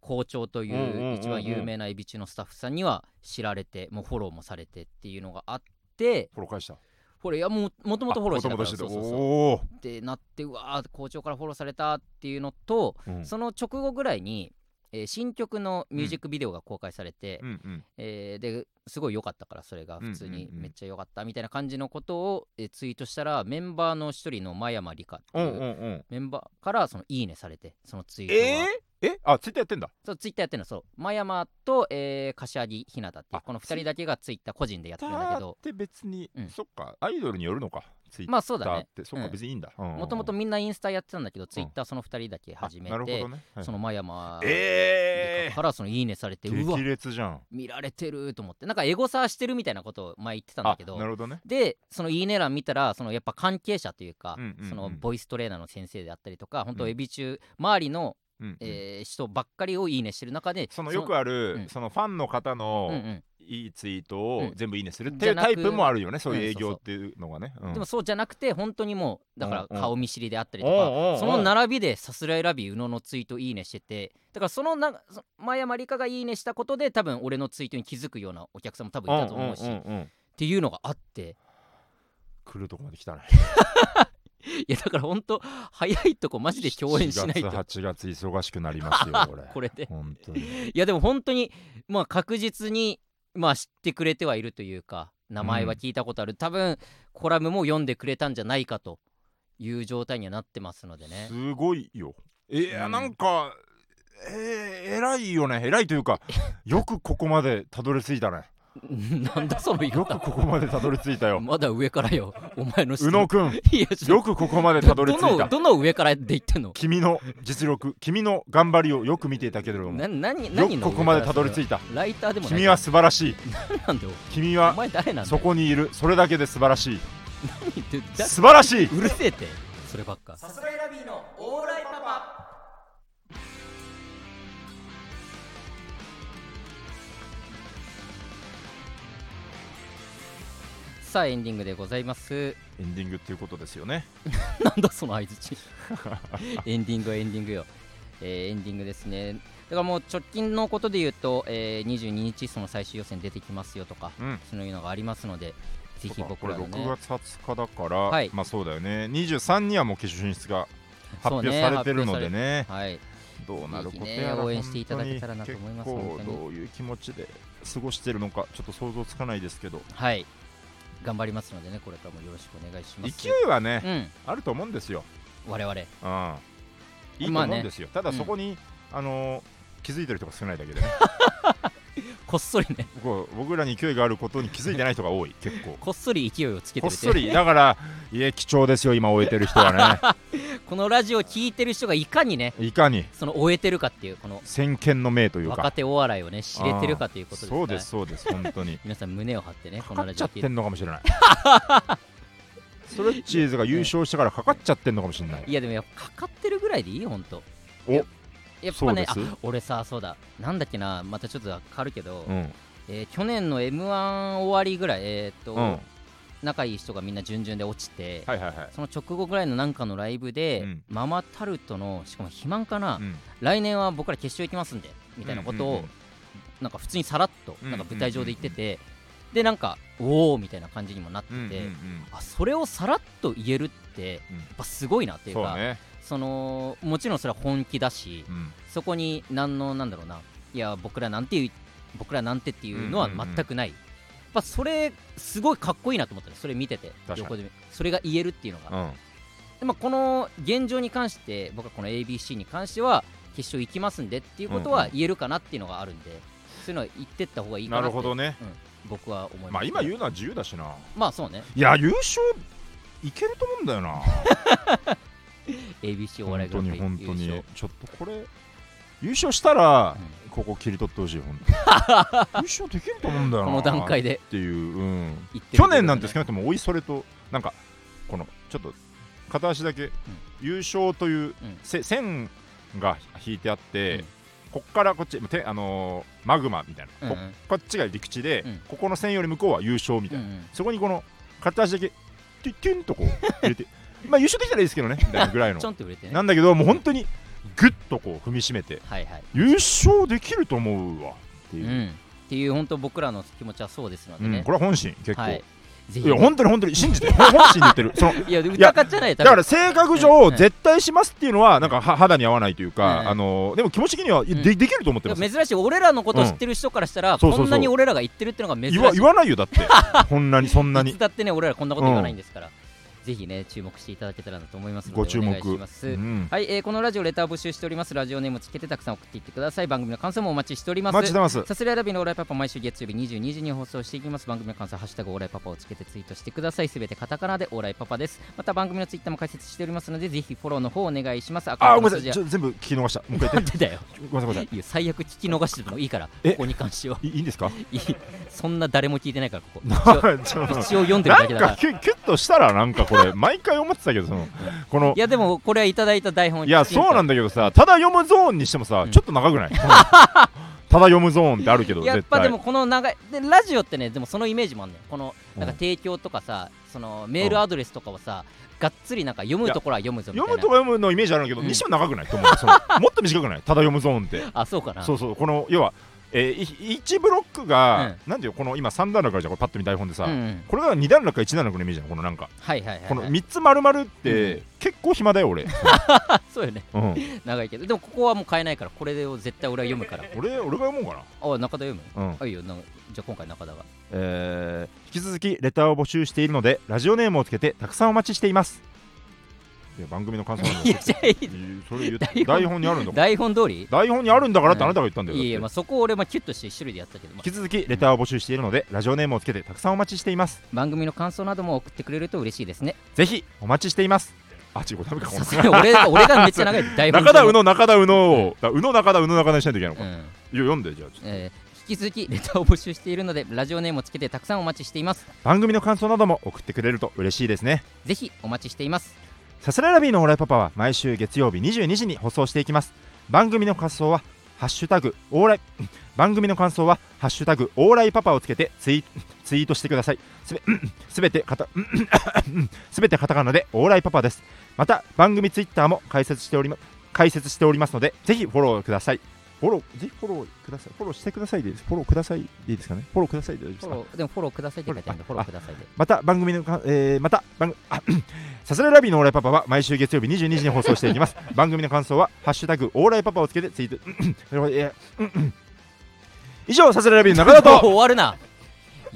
[SPEAKER 1] 校長とい
[SPEAKER 2] うんうんうんう
[SPEAKER 1] うん一番有名なエビ中のスタッフさんには知られてもうフォローもされてっていうのがあって
[SPEAKER 2] フォロー返したも
[SPEAKER 1] フォローいやもうもともとフォローしてたから
[SPEAKER 2] してた
[SPEAKER 1] そうそうそう
[SPEAKER 2] おお
[SPEAKER 1] ってなってうわー校長からフォローされたっていうのと
[SPEAKER 2] ーうん
[SPEAKER 1] その直後ぐらいに、えー新曲のミュージックビデオが公開されて、
[SPEAKER 2] うんうん
[SPEAKER 1] えーですごい良かったからそれが普通に
[SPEAKER 2] うんうんうん
[SPEAKER 1] めっちゃ良かったみたいな感じのことを、えーツイートしたらメンバーの一人の真山里香って
[SPEAKER 2] う
[SPEAKER 1] い
[SPEAKER 2] ん
[SPEAKER 1] う
[SPEAKER 2] うんうん
[SPEAKER 1] メンバーからそのいいねされてそのツイート
[SPEAKER 2] え
[SPEAKER 1] が、
[SPEAKER 2] えあツイッターやってんだ
[SPEAKER 1] そうツイッターやってるのそう真山と、えー、柏木ひなたっていう
[SPEAKER 2] あ
[SPEAKER 1] この2人だけがツイッター個人でやって
[SPEAKER 2] タ
[SPEAKER 1] るんだけ
[SPEAKER 2] ーっ
[SPEAKER 1] ど
[SPEAKER 2] て別に、
[SPEAKER 1] うん
[SPEAKER 2] そっかアイドルによるのかツイッ
[SPEAKER 1] まあそう
[SPEAKER 2] タ
[SPEAKER 1] だ
[SPEAKER 2] ーっ
[SPEAKER 1] ね
[SPEAKER 2] て、そっか
[SPEAKER 1] うん
[SPEAKER 2] 別にいいんだ
[SPEAKER 1] も
[SPEAKER 2] も
[SPEAKER 1] ともとみんなインスタやってたんだけど、ツイッターその2人だけ始め
[SPEAKER 2] なるほ
[SPEAKER 1] て、
[SPEAKER 2] どね、はい
[SPEAKER 1] その真山
[SPEAKER 2] え
[SPEAKER 1] からそのいいねされて、
[SPEAKER 2] え
[SPEAKER 1] うわ
[SPEAKER 2] 激烈じゃん
[SPEAKER 1] 見られてると思ってなんかエゴサーしてるみたいなことを前言ってたんだけど
[SPEAKER 2] あなるほどね
[SPEAKER 1] でそのいいね欄見たらそのやっぱ関係者というか、
[SPEAKER 2] うんうんうん
[SPEAKER 1] そのボイストレーナーの先生であったりとか本
[SPEAKER 2] う
[SPEAKER 1] 当
[SPEAKER 2] ん
[SPEAKER 1] エビ中周りの、
[SPEAKER 2] うんうん
[SPEAKER 1] えー人ばっかりをいいねしてる中で
[SPEAKER 2] そのよくあるそ
[SPEAKER 1] うん
[SPEAKER 2] のファンの方
[SPEAKER 1] うんう
[SPEAKER 2] の
[SPEAKER 1] ん
[SPEAKER 2] いいツイートを
[SPEAKER 1] うん
[SPEAKER 2] 全部いいねするって
[SPEAKER 1] じ
[SPEAKER 2] い
[SPEAKER 1] ゃ
[SPEAKER 2] う
[SPEAKER 1] な
[SPEAKER 2] タ
[SPEAKER 1] く
[SPEAKER 2] イプもあるよねそういう
[SPEAKER 1] う
[SPEAKER 2] 営
[SPEAKER 1] んそうそう
[SPEAKER 2] 業っていうのがね、うん
[SPEAKER 1] でもそうじゃなくて本当にもうだか
[SPEAKER 2] うんう
[SPEAKER 1] ら
[SPEAKER 2] ん
[SPEAKER 1] 顔見知りであったりと
[SPEAKER 2] おうおうお
[SPEAKER 1] か
[SPEAKER 2] う
[SPEAKER 1] その並びでさすらいラビ宇野のツイートいいねしててだからそのなそ前山理香がいいねしたことで多分俺のツイートに気づくようなお客さんも多分いたと思うし
[SPEAKER 2] んん
[SPEAKER 1] っ
[SPEAKER 2] んうん
[SPEAKER 1] ていうのがあって
[SPEAKER 2] 来るとこまで来たね
[SPEAKER 1] いやだから本当早いとこマジで共演しないと
[SPEAKER 2] 7月8月忙しくなり ますよこ れ
[SPEAKER 1] これで
[SPEAKER 2] 本当に
[SPEAKER 1] いやでも本当にまあ確実にまあ知ってくれてはいるというか名前は聞いたことある、多分コラムも読んでくれたんじゃないかという状態にはなってますのでね
[SPEAKER 2] すごいよえー
[SPEAKER 1] うん
[SPEAKER 2] なんかえー、偉いよね偉いという かよくここまでたどり着いたね
[SPEAKER 1] なんだその言い
[SPEAKER 2] よく
[SPEAKER 1] 方
[SPEAKER 2] ここまでたどり着いた よ
[SPEAKER 1] まだ上からよお前の
[SPEAKER 2] 宇野くん
[SPEAKER 1] いやちょ
[SPEAKER 2] よくここまでたどり着い
[SPEAKER 1] どの
[SPEAKER 2] た
[SPEAKER 1] どの上からで言ってんの
[SPEAKER 2] 君の実力君の頑張りをよく見ていたけれども
[SPEAKER 1] な何
[SPEAKER 2] よ
[SPEAKER 1] 何
[SPEAKER 2] く
[SPEAKER 1] の
[SPEAKER 2] ここまでたどり着い
[SPEAKER 1] た
[SPEAKER 2] た
[SPEAKER 1] ライターでもない
[SPEAKER 2] 君は素晴らしい
[SPEAKER 1] 何なんだよ
[SPEAKER 2] 君
[SPEAKER 1] お
[SPEAKER 2] は
[SPEAKER 1] 前誰なんだよ
[SPEAKER 2] そこにいるそれだけで素晴らしい
[SPEAKER 1] 何言ってだ
[SPEAKER 2] 素晴らしいう
[SPEAKER 1] るせえってそればっか
[SPEAKER 3] さすらいラビーのオーライパパ
[SPEAKER 1] さあエンディングでございます
[SPEAKER 2] エンディングっていうことですよね
[SPEAKER 1] なんだその相 槌エンディングはエンディングよ、えーエンディングですねだからもう直近のことで言うと、えー22日その最終予選出てきますよとか、
[SPEAKER 2] うん
[SPEAKER 1] そういうのがありますのでぜひ
[SPEAKER 2] そうか
[SPEAKER 1] 僕
[SPEAKER 2] これ
[SPEAKER 1] らのね
[SPEAKER 2] 6月20日だから、
[SPEAKER 1] はい
[SPEAKER 2] まあそうだよね23にはもう決勝進出が
[SPEAKER 1] そ
[SPEAKER 2] 発
[SPEAKER 1] う
[SPEAKER 2] 表
[SPEAKER 1] ね
[SPEAKER 2] されてるので
[SPEAKER 1] 発表さ
[SPEAKER 2] ね
[SPEAKER 1] れはい
[SPEAKER 2] どうなること
[SPEAKER 1] ぜひね
[SPEAKER 2] やら
[SPEAKER 1] 応援していただけたらなと思います
[SPEAKER 2] 本当に
[SPEAKER 1] 本
[SPEAKER 2] 結
[SPEAKER 1] 当に
[SPEAKER 2] 構どういう気持ちで過ごしてるのかちょっと想像つかないですけど
[SPEAKER 1] はい頑張りますのでねこれからもよろしくお願いします
[SPEAKER 2] 勢いはね、
[SPEAKER 1] うん
[SPEAKER 2] あると思うんですよ、
[SPEAKER 1] 我々
[SPEAKER 2] うん、いいと
[SPEAKER 1] まあ
[SPEAKER 2] 思う
[SPEAKER 1] ね
[SPEAKER 2] んですよ、ただそこに、あのー気づいてる人が少ないだけ でね
[SPEAKER 1] こっそりね
[SPEAKER 2] こう僕らに勢いがあることに気づいてない人が多い結構
[SPEAKER 1] こっそり勢いをつけて
[SPEAKER 2] こっ
[SPEAKER 1] る
[SPEAKER 2] そりだからいえ貴重ですよ今終えてる人は
[SPEAKER 1] このラジオ聞いてる人がいかにね
[SPEAKER 2] ねいかに
[SPEAKER 1] その終えてるかっていうこの
[SPEAKER 2] 先見の明というか
[SPEAKER 1] 若手お笑いをね知れてるかということですから
[SPEAKER 2] そうですそうです本当に
[SPEAKER 1] 皆さん胸を張ってねこ
[SPEAKER 2] かか
[SPEAKER 1] の
[SPEAKER 2] っ
[SPEAKER 1] ラ
[SPEAKER 2] ち
[SPEAKER 1] ジ
[SPEAKER 2] ゃ
[SPEAKER 1] オ
[SPEAKER 2] っ
[SPEAKER 1] 聞い
[SPEAKER 2] て
[SPEAKER 1] て
[SPEAKER 2] んのかもしれない ストレッチーズが優勝してからかかっちゃってんのかもしれない
[SPEAKER 1] いやでもやっぱかかってるぐらいでいいよほんと
[SPEAKER 2] お
[SPEAKER 1] ややっぱねあ
[SPEAKER 2] そうです
[SPEAKER 1] 俺さそうだなんだっけなまたちょっと変わるけど、
[SPEAKER 2] うん
[SPEAKER 1] えー去年の m 1終わりぐらいえーっと、
[SPEAKER 2] うんはい
[SPEAKER 1] 仲いい人がみんな順々で落ちて、
[SPEAKER 2] はいはい
[SPEAKER 1] その直後ぐらいのなんかのライブで、
[SPEAKER 2] うん
[SPEAKER 1] ママタルトのしかも肥満かな、
[SPEAKER 2] うん
[SPEAKER 1] 来年は僕ら決勝行きますんでみたいなことを、
[SPEAKER 2] うんうんうん
[SPEAKER 1] なんか普通にさらっと
[SPEAKER 2] うん
[SPEAKER 1] なんか舞台上で言ってて、でなんかおおみたいな感じにもなってて、
[SPEAKER 2] うんうんうん
[SPEAKER 1] あそれをさらっと言えるって
[SPEAKER 2] うん
[SPEAKER 1] やっぱすごいなっていう
[SPEAKER 2] そう
[SPEAKER 1] か
[SPEAKER 2] ね
[SPEAKER 1] そのもちろんそれは本気だし
[SPEAKER 2] うん
[SPEAKER 1] そこに何のなんだろうないや僕らなんていう僕らなんてっていうのは全くない、やっぱそれすごいかっこいいなと思ったねそれ見てて
[SPEAKER 2] かに
[SPEAKER 1] 横で見それが言えるっていうのが、
[SPEAKER 2] うん
[SPEAKER 1] でまあ、この現状に関して僕はこの ABC に関しては決勝行きますんでっていうこと
[SPEAKER 2] うん
[SPEAKER 1] は
[SPEAKER 2] う
[SPEAKER 1] 言えるかなっていうのがあるんで、そういうのは言ってった方がいいかな
[SPEAKER 2] な
[SPEAKER 1] って
[SPEAKER 2] るほどね
[SPEAKER 1] 僕は思います
[SPEAKER 2] まあ今言うのは自由だしな
[SPEAKER 1] まあそうね
[SPEAKER 2] いや優勝いけると思うんだよな
[SPEAKER 1] ABC お笑
[SPEAKER 2] 本
[SPEAKER 1] いグ
[SPEAKER 2] 当
[SPEAKER 1] ランプ
[SPEAKER 2] に
[SPEAKER 1] リ
[SPEAKER 2] 本当
[SPEAKER 1] 優
[SPEAKER 2] に
[SPEAKER 1] 勝
[SPEAKER 2] ちょっとこれ優勝したら
[SPEAKER 1] う
[SPEAKER 2] ここ切り取ってほし い本当に優勝できると思うんだよ
[SPEAKER 1] こ
[SPEAKER 2] な
[SPEAKER 1] の段階で
[SPEAKER 2] っていううん
[SPEAKER 1] 言ってる
[SPEAKER 2] 去年なんて
[SPEAKER 1] け
[SPEAKER 2] 少
[SPEAKER 1] どね
[SPEAKER 2] なくともおいそれとなんかこのちょっと片足だけ優勝というせ線が引いてあって、
[SPEAKER 1] うん
[SPEAKER 2] こっからこっちてあのーマグマみたいな、こ
[SPEAKER 1] うんうん
[SPEAKER 2] こっちが陸地で、
[SPEAKER 1] うん
[SPEAKER 2] ここの線より向こうは優勝みたいな、
[SPEAKER 1] うんうん
[SPEAKER 2] そこにこの片足だけテュッテュンとこう入れて まあ優勝できたらいいですけどねみたいなぐらいの
[SPEAKER 1] ちょんと売れてね。
[SPEAKER 2] なんだけどもう本当にグッとこう踏みしめて
[SPEAKER 1] はいはい。
[SPEAKER 2] 優勝できると思うわって
[SPEAKER 1] う
[SPEAKER 2] い
[SPEAKER 1] ん。
[SPEAKER 2] う、
[SPEAKER 1] っていう本当僕らの気持ちはそうですので
[SPEAKER 2] うん
[SPEAKER 1] ね
[SPEAKER 2] こ。れは本心結構、
[SPEAKER 1] はい
[SPEAKER 2] い、。
[SPEAKER 1] ぜひ。
[SPEAKER 2] や本当に本当に信じて本心で言ってるその
[SPEAKER 1] いや、歌かっちゃないよ。多
[SPEAKER 2] だか
[SPEAKER 1] 分
[SPEAKER 2] ら性格
[SPEAKER 1] う
[SPEAKER 2] 上
[SPEAKER 1] ん
[SPEAKER 2] 絶対しますっていうのはなんかは肌に合わないというか、
[SPEAKER 1] うん
[SPEAKER 2] あのーでも気持ち的にはで,、
[SPEAKER 1] ん
[SPEAKER 2] できると思ってます
[SPEAKER 1] 珍しい俺らのことを知ってる人からしたら、
[SPEAKER 2] んそうそうそ
[SPEAKER 1] こ
[SPEAKER 2] うん
[SPEAKER 1] なに俺らが言ってるってのが珍しい
[SPEAKER 2] 言わ言わないよだってこんなにそんな
[SPEAKER 1] つ
[SPEAKER 2] に
[SPEAKER 1] だってね俺らこんなこと言わないんですから、ぜひね注目していただけたらなと思いますので
[SPEAKER 2] ご注
[SPEAKER 1] お
[SPEAKER 2] 目
[SPEAKER 1] 願いします、
[SPEAKER 2] うん
[SPEAKER 1] はい、えーこのラジオレター募集しておりますラジオネームつけてたくさん送っていってください番組の感想もお待ちしておりま
[SPEAKER 2] お
[SPEAKER 1] す
[SPEAKER 2] 待ちしてます
[SPEAKER 1] さすらいラビのオーライパパ毎週月曜日22時に放送していきます番組の感想ハッシュタグオーライパパをつけてツイートしてくださいすべてカタカナでオーライパパですまた番組のツイッターも解説しておりますのでぜひフォローの方お願いしますあ
[SPEAKER 2] あーごめんなさい
[SPEAKER 1] じ
[SPEAKER 2] ち
[SPEAKER 1] ゃ
[SPEAKER 2] ょっと全部聞き逃したもう一回
[SPEAKER 1] な
[SPEAKER 2] 言
[SPEAKER 1] ん
[SPEAKER 2] って
[SPEAKER 1] でだよ
[SPEAKER 2] ごめんなさいごめんない
[SPEAKER 1] や最悪聞き逃しててもいいからこ
[SPEAKER 2] え
[SPEAKER 1] こに関しては
[SPEAKER 2] さいいいいんですか
[SPEAKER 1] いいそんな誰も聞いてないからここ
[SPEAKER 2] ちょっ
[SPEAKER 1] 一応一
[SPEAKER 2] と
[SPEAKER 1] 応読んでる
[SPEAKER 2] な
[SPEAKER 1] だけ
[SPEAKER 2] ん
[SPEAKER 1] だか
[SPEAKER 2] からキュキュッとしたらなんかこれ毎回思ってたけどそのこの
[SPEAKER 1] いやでもこれはいただいた台本
[SPEAKER 2] いやそうなんだけどさただ読むゾーンにしてもさ、
[SPEAKER 1] うん
[SPEAKER 2] ちょっと長くない ただ読むゾーンってあるけど
[SPEAKER 1] やっ
[SPEAKER 2] 絶
[SPEAKER 1] ぱ
[SPEAKER 2] 対
[SPEAKER 1] でもこの長いでラジオってねでもそのイメージもあんねんこの
[SPEAKER 2] うん
[SPEAKER 1] なんか提供とかさそのメールアドレスとかをさがっつりなんか読むところは読むぞみたいな
[SPEAKER 2] 読むとか読むのイメージあるんだけど、
[SPEAKER 1] うん
[SPEAKER 2] にしても長くないと思うそのもっと短くないただ読むゾーンって
[SPEAKER 1] あそうかな
[SPEAKER 2] そうそうこの要は、え1ブロックが、なんていうのこの今3段落あるじゃんこれパッと見た台本でさ、
[SPEAKER 1] うんうん
[SPEAKER 2] これが2段落か1段落のイメージなのこのなんか
[SPEAKER 1] はいはいはいはい
[SPEAKER 2] この3つ丸々って、
[SPEAKER 1] うん
[SPEAKER 2] 結構暇だよ俺、
[SPEAKER 1] あ そうよね
[SPEAKER 2] うん、
[SPEAKER 1] 長いけどでもここはもう変えないからこれを絶対俺は読むから
[SPEAKER 2] 俺俺が読もうか
[SPEAKER 1] あ中田読む
[SPEAKER 2] な、うん
[SPEAKER 1] あいいよなんかじゃあ今回中田が
[SPEAKER 2] えー引き続きレターを募集しているのでラジオネームをつけてたくさんお待ちしていますいや番組の感想なん
[SPEAKER 1] いや
[SPEAKER 2] だよ
[SPEAKER 1] じゃあいい
[SPEAKER 2] それ言って
[SPEAKER 1] 台本
[SPEAKER 2] 台本にあるんだから
[SPEAKER 1] 台本通り
[SPEAKER 2] 台本にあるんだからってあなたが言ったんだよ、
[SPEAKER 1] いやいや、まあ、
[SPEAKER 2] だって
[SPEAKER 1] そこを俺もキュッとして一種類でやったけど、まあ
[SPEAKER 2] 引き続きレターを募集しているのでラジオネームをつけてたくさんお待ちしています
[SPEAKER 1] 番組の感想なども送ってくれると嬉しいですね。
[SPEAKER 2] ぜひお待ちしていますあ違うダメか
[SPEAKER 1] さすがに俺が俺がめっちゃ長い 台本
[SPEAKER 2] 中田宇野中田宇野をだ宇野中田宇野中田にしないといけないの
[SPEAKER 1] う
[SPEAKER 2] か、
[SPEAKER 1] ん
[SPEAKER 2] いや読んでじゃあちょっと
[SPEAKER 1] えー引き続きレターを募集しているのでラジオネームをつけてたくさんお待ちしています
[SPEAKER 2] 番組の感想なども送ってくれると嬉しいですね
[SPEAKER 1] ぜひお待ちしています
[SPEAKER 2] さすらいラビーのオーライパパは毎週月曜日22時に放送していきます番組の感想はハッシュタグオーライ 番組の感想はハッシュタグオーライパパをつけてツイ ツイートしてくださいすべ すべてカタ すべてカタカナでオーライパパですまた番組ツイッターも開設しておりま開設しておりますのでぜひフォローくださいフォローぜひフォローくださいフォローしてくださいでいいですフォローくださいでいいですかねフォローくださいで大丈夫で
[SPEAKER 1] フ
[SPEAKER 2] す
[SPEAKER 1] ォ
[SPEAKER 2] か
[SPEAKER 1] ローでもフォローくださいって書いてあるんでフォ
[SPEAKER 2] フォ
[SPEAKER 1] ロ
[SPEAKER 2] ロ
[SPEAKER 1] ー
[SPEAKER 2] ー
[SPEAKER 1] くださいで
[SPEAKER 2] また番組のか、えーまた番 あさすらいラビーのオーライパパは毎週月曜日22時に放送してい きます番組の感想は「ハッシュタグオーライパパ」をつけてツイート えーうんうん以上さすらいラビーの中田
[SPEAKER 1] もう
[SPEAKER 2] と
[SPEAKER 1] 終わるな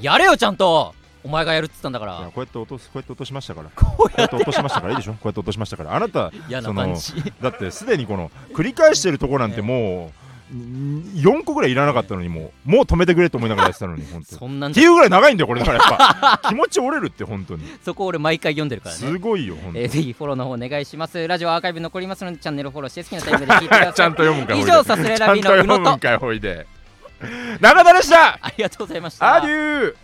[SPEAKER 1] やれよちゃんとお前がやるっつったんだか
[SPEAKER 2] いや
[SPEAKER 1] ら
[SPEAKER 2] こうやって落とすこうやって落としましたから こうやって落としましたからいいでしょこうやって落としましたからあなた
[SPEAKER 1] 嫌な
[SPEAKER 2] その
[SPEAKER 1] 感じ
[SPEAKER 2] だってすでにこの繰り返してるとこなんてもう4個ぐらいいらなかったのにもうもう止めてくれと思いながらやってたのに本当
[SPEAKER 1] そんなん
[SPEAKER 2] っていうぐらい長いんだよこれだからやっ ぱ気持ち折れるって本当に
[SPEAKER 1] そこ俺毎回読んでるからね
[SPEAKER 2] すごいよ本当
[SPEAKER 1] えーぜひフォローの方お願いしますラジオアーカイブ残りますのでチャンネルフォローして好きなタイミングで聞いてください
[SPEAKER 2] ちゃんと読むんか
[SPEAKER 1] 以
[SPEAKER 2] いほ
[SPEAKER 1] 上
[SPEAKER 2] いで
[SPEAKER 1] さすらいラビー
[SPEAKER 2] ちゃ
[SPEAKER 1] の宇野
[SPEAKER 2] んと読む
[SPEAKER 1] と
[SPEAKER 2] んかいほいで中田でした
[SPEAKER 1] ありがとうございました
[SPEAKER 2] アデュー